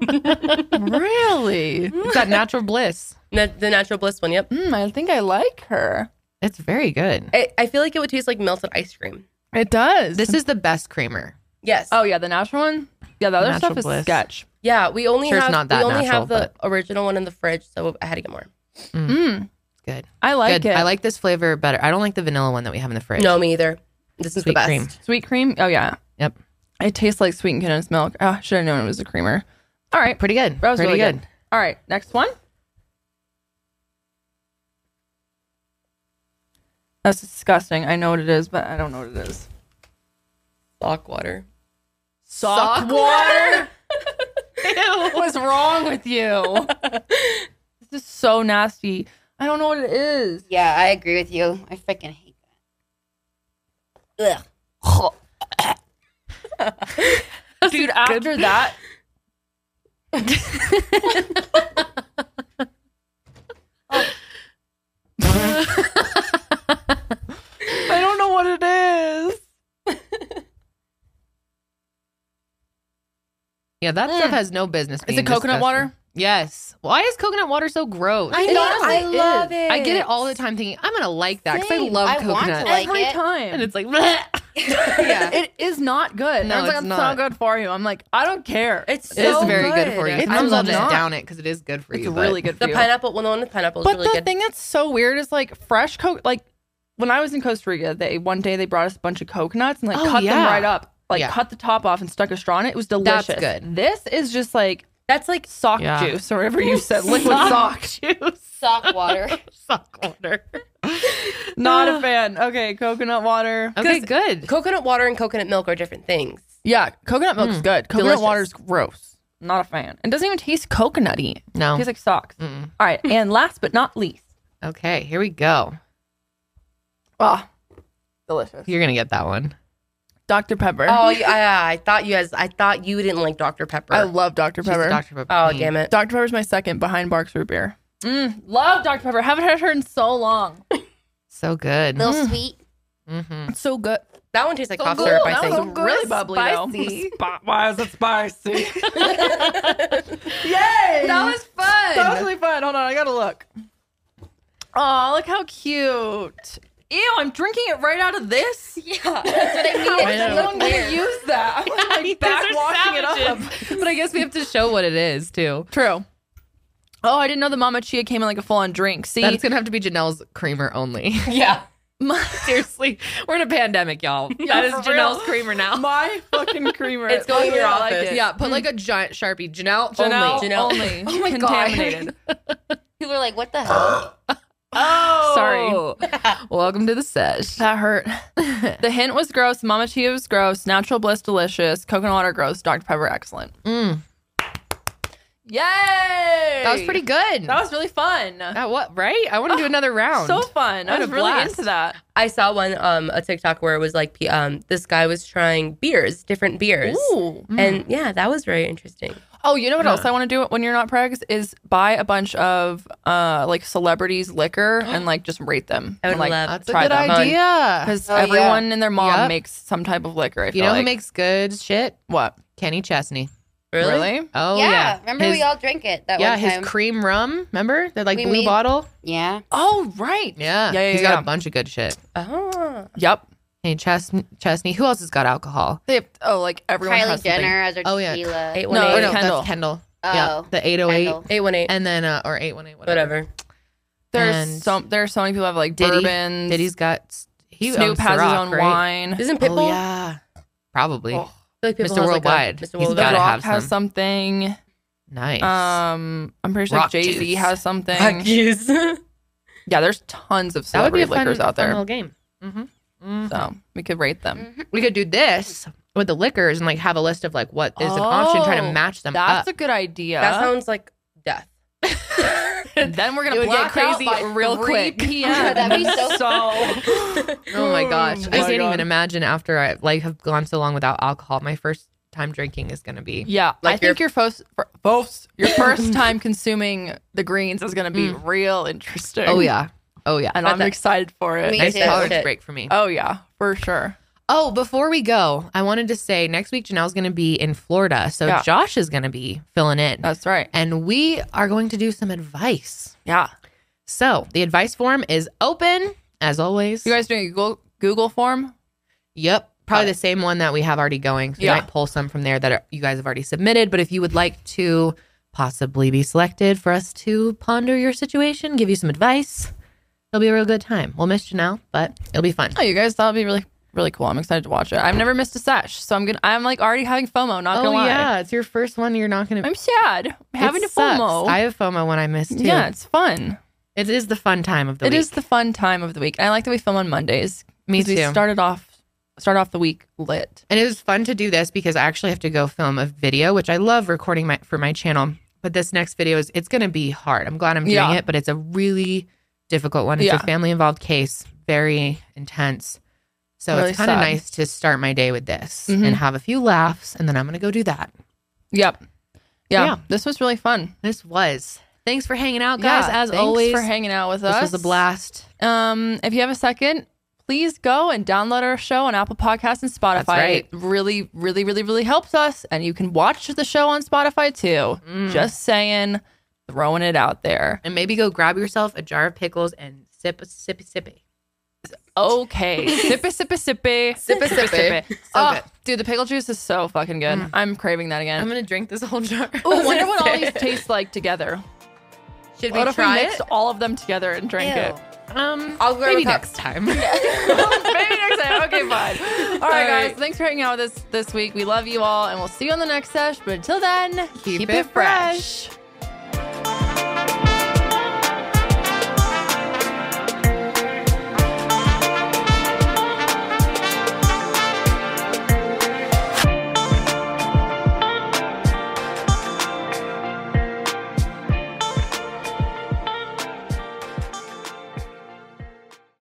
Speaker 2: really?
Speaker 1: it's that natural bliss.
Speaker 3: Na- the natural bliss one. Yep.
Speaker 2: Mm, I think I like her.
Speaker 1: It's very good.
Speaker 3: I, I feel like it would taste like melted ice cream.
Speaker 2: It does.
Speaker 1: This is the best creamer.
Speaker 3: Yes.
Speaker 2: Oh yeah, the natural one. Yeah, the other
Speaker 1: Natural
Speaker 2: stuff is
Speaker 1: bliss.
Speaker 2: sketch.
Speaker 3: yeah. We only
Speaker 1: Sure, it's
Speaker 3: have
Speaker 1: not that
Speaker 3: we only
Speaker 1: natural,
Speaker 3: have the original one in the fridge, so I had to get more.
Speaker 2: Mm,
Speaker 1: Good.
Speaker 2: I like
Speaker 1: Good.
Speaker 2: it.
Speaker 1: I like this flavor better. I don't like the vanilla one that we have in the fridge.
Speaker 3: No, me either. This is the
Speaker 1: Sweet
Speaker 3: best.
Speaker 1: cream.
Speaker 2: sweet cream. Oh yeah.
Speaker 1: Yep.
Speaker 2: It tastes like sweetened condensed milk. Oh, should have known it was a creamer. All right.
Speaker 1: Pretty good.
Speaker 2: That was
Speaker 1: Pretty
Speaker 2: really good. All right. Next one. That's disgusting. I know what it is, but I don't know what it is.
Speaker 3: Sock water.
Speaker 2: Sock, water. What's wrong with you? this is so nasty. I don't know what it is.
Speaker 4: yeah, I agree with you. I freaking hate that. Ugh.
Speaker 2: Dude, after that. I don't know what it is.
Speaker 1: Yeah, that stuff has no business.
Speaker 2: Is
Speaker 1: being
Speaker 2: it coconut
Speaker 1: disgusted.
Speaker 2: water?
Speaker 1: Yes. Why is coconut water so gross? I,
Speaker 4: It honestly is.
Speaker 3: it.
Speaker 1: get it all the time thinking I'm gonna like that because I
Speaker 4: Same.
Speaker 1: love
Speaker 4: I want
Speaker 1: coconut.
Speaker 4: to like-
Speaker 2: Every
Speaker 4: it.
Speaker 2: time.
Speaker 1: and it's like
Speaker 4: yeah.
Speaker 2: it is not good.
Speaker 1: No,
Speaker 2: Everyone's like,
Speaker 1: it's
Speaker 2: "That's
Speaker 1: not.
Speaker 2: good for you. I'm like, I don't care.
Speaker 3: It's
Speaker 1: it is
Speaker 3: so
Speaker 1: very good, for you.
Speaker 2: It's
Speaker 1: I love
Speaker 2: not.
Speaker 1: to down it because it is good for
Speaker 2: It's
Speaker 1: you. but-
Speaker 2: really good for
Speaker 3: The
Speaker 2: you.
Speaker 3: pineapple. Well, the one with pineapple is
Speaker 2: But
Speaker 3: really
Speaker 2: the
Speaker 3: good.
Speaker 2: thing that's so weird is like fresh coke. Like when I was in Costa Rica, they one day they brought us a bunch of coconuts and like
Speaker 1: Oh,
Speaker 2: cut them
Speaker 1: yeah.
Speaker 2: right up, like
Speaker 1: Yeah.
Speaker 2: cut the top off and stuck a straw in it. It was delicious.
Speaker 1: That's good.
Speaker 2: This is just like
Speaker 3: That's like
Speaker 2: sock
Speaker 1: Yeah.
Speaker 2: juice or whatever you said, liquid sock.
Speaker 1: juice,
Speaker 4: Sock water.
Speaker 1: sock water.
Speaker 2: Not a fan. Okay, coconut water.
Speaker 1: Okay, good.
Speaker 3: coconut water and coconut milk are different things.
Speaker 2: Yeah, coconut milk is good. Coconut
Speaker 3: Delicious.
Speaker 2: water is gross. Not a fan. It doesn't even taste coconutty. It
Speaker 1: No.
Speaker 2: tastes like socks.
Speaker 1: Mm-mm.
Speaker 2: All right, and last but not least,
Speaker 1: Okay, here we go.
Speaker 2: ah, delicious.
Speaker 1: You're gonna get that one.
Speaker 2: Dr Pepper.
Speaker 3: Oh, yeah, I, I thought you guys. I thought you didn't like Dr Pepper.
Speaker 2: I love Dr
Speaker 1: She's
Speaker 2: Pepper.
Speaker 1: a Dr. Pepper.
Speaker 3: oh,
Speaker 1: queen.
Speaker 3: damn it.
Speaker 2: Dr. Pepper's my second behind Barks Root Beer. Mm, love Dr. Pepper. Haven't had her in so long.
Speaker 1: So good.
Speaker 4: little sweet.
Speaker 1: Mm-hmm.
Speaker 2: It's so good.
Speaker 3: That one tastes like cough syrup. I
Speaker 2: that
Speaker 3: think.
Speaker 2: was really bubbly though. Spot, why is it spicy? Yay! That was fun. That was really fun. Hold on, I gotta look. Oh, look how cute. Ew, I'm drinking it right out of this.
Speaker 4: Yeah, that's what I mean.
Speaker 1: I
Speaker 4: It's a
Speaker 1: know.
Speaker 4: little
Speaker 2: I'm gonna
Speaker 4: weird.
Speaker 2: use that. I'm like
Speaker 1: These
Speaker 2: back
Speaker 1: are
Speaker 2: washing it up.
Speaker 1: savages. but I guess we have to show what it is too.
Speaker 2: True. Oh, I didn't know the Mama Chia came in like a full on drink. See,
Speaker 1: That's gonna have to be Janelle's creamer only.
Speaker 3: Yeah.
Speaker 1: Seriously, we're in a pandemic, y'all. that is
Speaker 2: for real.
Speaker 1: Janelle's creamer now.
Speaker 2: my fucking creamer.
Speaker 3: It's going to your
Speaker 2: I like
Speaker 3: office.
Speaker 2: it.
Speaker 1: Yeah, put like a giant sharpie. Janelle,
Speaker 2: Janelle,
Speaker 1: only.
Speaker 3: Janelle.
Speaker 2: only.
Speaker 4: Oh my God.
Speaker 2: Contaminated.
Speaker 4: People are like, what the hell?
Speaker 2: Oh, sorry.
Speaker 1: Welcome to the sesh.
Speaker 2: That hurt. the hint was gross. Mama Chia was gross. Natural Bliss delicious. Coconut water gross. Dr Pepper excellent.
Speaker 1: Mm,
Speaker 2: Yay!
Speaker 1: that was Ah, pretty good.
Speaker 2: That was really fun.
Speaker 1: That what right? I want to do another round.
Speaker 2: so fun. I
Speaker 1: What
Speaker 2: was
Speaker 1: a
Speaker 2: really
Speaker 1: blast.
Speaker 2: into that.
Speaker 3: I saw one um a TikTok where it was like p- um this guy was trying beers, different beers.
Speaker 2: Ooh.
Speaker 3: And yeah, that was very interesting.
Speaker 2: Oh, you know what
Speaker 1: Huh.
Speaker 2: else I want to do when you're not pregs is buy a bunch of uh like celebrities liquor and like just rate them.
Speaker 3: I would
Speaker 2: and, like,
Speaker 3: love
Speaker 1: that's a
Speaker 2: Try
Speaker 1: good
Speaker 2: that.
Speaker 1: idea.
Speaker 2: because
Speaker 4: Oh, yeah.
Speaker 2: everyone and their mom
Speaker 1: Yep.
Speaker 2: makes some type of liquor. I feel
Speaker 1: You know
Speaker 2: like.
Speaker 1: who makes good shit?
Speaker 2: what?
Speaker 1: Kenny Chesney.
Speaker 3: really.
Speaker 1: Oh
Speaker 4: yeah.
Speaker 1: yeah.
Speaker 4: Remember
Speaker 1: his,
Speaker 4: we all drank it that
Speaker 1: yeah
Speaker 4: one
Speaker 1: his
Speaker 4: time.
Speaker 1: cream rum. Remember that like
Speaker 4: We
Speaker 1: blue
Speaker 4: made-
Speaker 1: bottle.
Speaker 4: yeah.
Speaker 2: Oh right.
Speaker 1: Yeah,
Speaker 2: Yeah. Yeah.
Speaker 1: he's
Speaker 2: yeah.
Speaker 1: got a bunch of good shit.
Speaker 3: Oh.
Speaker 2: yep.
Speaker 1: Kenny Chesney. Chesney. Who else has got alcohol?
Speaker 2: They have, oh like everyone has
Speaker 4: Kylie
Speaker 2: something.
Speaker 4: Jenner as her
Speaker 1: Oh,
Speaker 4: oh,
Speaker 1: yeah.
Speaker 4: tequila.
Speaker 3: Eight
Speaker 2: No,
Speaker 3: one
Speaker 1: or
Speaker 3: eight.
Speaker 1: no,
Speaker 2: Kendall.
Speaker 1: that's Kendall.
Speaker 4: Oh.
Speaker 1: yeah, the eight oh eight,
Speaker 4: Kendall.
Speaker 3: Eight one eight.
Speaker 1: and then uh, or eight one eight, whatever.
Speaker 3: Whatever.
Speaker 2: There's
Speaker 1: And-
Speaker 2: so there are so many people have like
Speaker 1: Diddy.
Speaker 2: bourbons.
Speaker 1: Diddy's got he
Speaker 2: Snoop
Speaker 1: owns
Speaker 2: has his
Speaker 1: Ciroc,
Speaker 2: own
Speaker 1: right?
Speaker 2: wine.
Speaker 3: Isn't Pitbull?
Speaker 1: Oh yeah, probably
Speaker 2: Oh.
Speaker 3: I feel
Speaker 1: Mr.
Speaker 3: like Pitbull has, like, a-
Speaker 1: Worldwide.
Speaker 3: Mr.
Speaker 1: He's
Speaker 2: The
Speaker 3: Worldwide.
Speaker 1: gotta
Speaker 2: Rock
Speaker 1: have
Speaker 2: has
Speaker 1: some.
Speaker 2: something.
Speaker 1: nice.
Speaker 2: Um, I'm pretty sure
Speaker 1: Rock
Speaker 2: Jay Z
Speaker 1: juice.
Speaker 2: has something.
Speaker 3: Fuck yous.
Speaker 2: Yeah, there's tons of
Speaker 1: that would be
Speaker 2: celebrity
Speaker 1: a fun,
Speaker 2: liquors out
Speaker 1: fun
Speaker 2: there.
Speaker 1: little game. hmm
Speaker 2: So we could rate them.
Speaker 1: We could do this with the liquors and like have a list of like what is an option, try to
Speaker 2: Oh,
Speaker 1: match them
Speaker 2: That's
Speaker 1: Mm. up.
Speaker 2: a good idea.
Speaker 3: That sounds like death.
Speaker 2: then we're
Speaker 1: It
Speaker 2: gonna
Speaker 1: would get
Speaker 2: black out
Speaker 1: crazy
Speaker 2: by
Speaker 1: real
Speaker 2: 3
Speaker 1: quick.
Speaker 2: PM.
Speaker 4: That'd be so
Speaker 1: oh my gosh, I
Speaker 2: my
Speaker 1: can't
Speaker 2: God.
Speaker 1: even imagine after I like have gone so long without alcohol. My first time drinking is gonna be
Speaker 2: Yeah,
Speaker 3: Like
Speaker 2: I think your first, fir- first- your first time consuming the greens is going to be real interesting.
Speaker 1: Mm. oh yeah, oh yeah.
Speaker 2: and
Speaker 3: But
Speaker 2: I'm
Speaker 3: that-
Speaker 2: excited for it.
Speaker 4: Me
Speaker 1: Nice
Speaker 4: too.
Speaker 1: tolerance
Speaker 3: Shit.
Speaker 1: break for me.
Speaker 2: Oh yeah, for sure.
Speaker 1: Oh, before we go, I wanted to say next week Janelle's going to be in Florida, so
Speaker 2: Yeah.
Speaker 1: Josh is going to be filling in,
Speaker 2: That's right.
Speaker 1: and we are going to do some advice.
Speaker 2: Yeah,
Speaker 1: So the advice form is open as always.
Speaker 2: you guys doing a Google Google form?
Speaker 1: Yep. Probably the same one that we have already going. So
Speaker 2: Yeah.
Speaker 1: we might pull some from there that are, you guys have already submitted. But if you would like to possibly be selected for us to ponder your situation, give you some advice, it'll be a real good time. We'll miss Janelle, but it'll be fun.
Speaker 2: Oh, you guys, that'll be really really cool. I'm excited to watch it. I've never missed a sesh, so I'm gonna. I'm like already having FOMO. Not gonna
Speaker 1: Oh,
Speaker 2: lie.
Speaker 1: yeah. It's your first one. You're not going to.
Speaker 2: I'm sad. I'm having a FOMO.
Speaker 1: I have FOMO when I miss too.
Speaker 2: yeah, it's fun.
Speaker 1: It is the fun time of the
Speaker 2: It is
Speaker 1: week.
Speaker 2: the fun time of the week. And I like that we film on Mondays.
Speaker 1: Me
Speaker 2: 'cause We
Speaker 1: too.
Speaker 2: started off start off the week lit.
Speaker 1: and it was fun to do this because I actually have to go film a video, which I love recording my for my channel. But this next video is it's going to be hard. I'm glad I'm doing
Speaker 2: Yeah.
Speaker 1: it, but it's a really difficult one. It's
Speaker 2: Yeah.
Speaker 1: a family involved case, very intense. So
Speaker 2: Really
Speaker 1: it's kind of
Speaker 2: sad.
Speaker 1: nice to start my day with this
Speaker 2: Mhm.
Speaker 1: and have a few laughs, and then I'm going to go do that.
Speaker 2: Yep. Yeah,
Speaker 1: Yeah.
Speaker 2: This was really fun.
Speaker 1: This was thanks for hanging out, guys.
Speaker 2: Yeah,
Speaker 1: as
Speaker 2: thanks
Speaker 1: always,
Speaker 2: for hanging out with
Speaker 1: this
Speaker 2: us.
Speaker 1: was a blast.
Speaker 2: Um, if you have a second, please go and download our show on Apple Podcasts and Spotify.
Speaker 1: That's right.
Speaker 2: It really, really, really, really helps us. And you can watch the show on Spotify too.
Speaker 1: Mm.
Speaker 2: Just saying, throwing it out there.
Speaker 1: And maybe go grab yourself a jar of pickles and sip, sip, sippy.
Speaker 2: Okay. sippy, sippy, sippy.
Speaker 3: Sippy, sippy.
Speaker 2: So Mm.
Speaker 1: Oh,
Speaker 2: Dude, the pickle juice is so fucking good. I'm craving that
Speaker 1: I'm
Speaker 2: again.
Speaker 1: going to drink this whole jar.
Speaker 2: Oh, wonder what all these taste like together.
Speaker 3: Should we
Speaker 2: What if we
Speaker 3: try
Speaker 2: mixed
Speaker 3: it?
Speaker 2: all of them together and drank
Speaker 4: Ew.
Speaker 2: it?
Speaker 1: Um,
Speaker 3: I'll go
Speaker 1: maybe
Speaker 3: with-
Speaker 1: next time.
Speaker 2: Maybe next time. Okay, fine. All right,
Speaker 3: right.
Speaker 2: guys. Thanks for hanging out with us this week. We love you all, and we'll see you on the next sesh. But until then, keep,
Speaker 1: it fresh.
Speaker 2: fresh.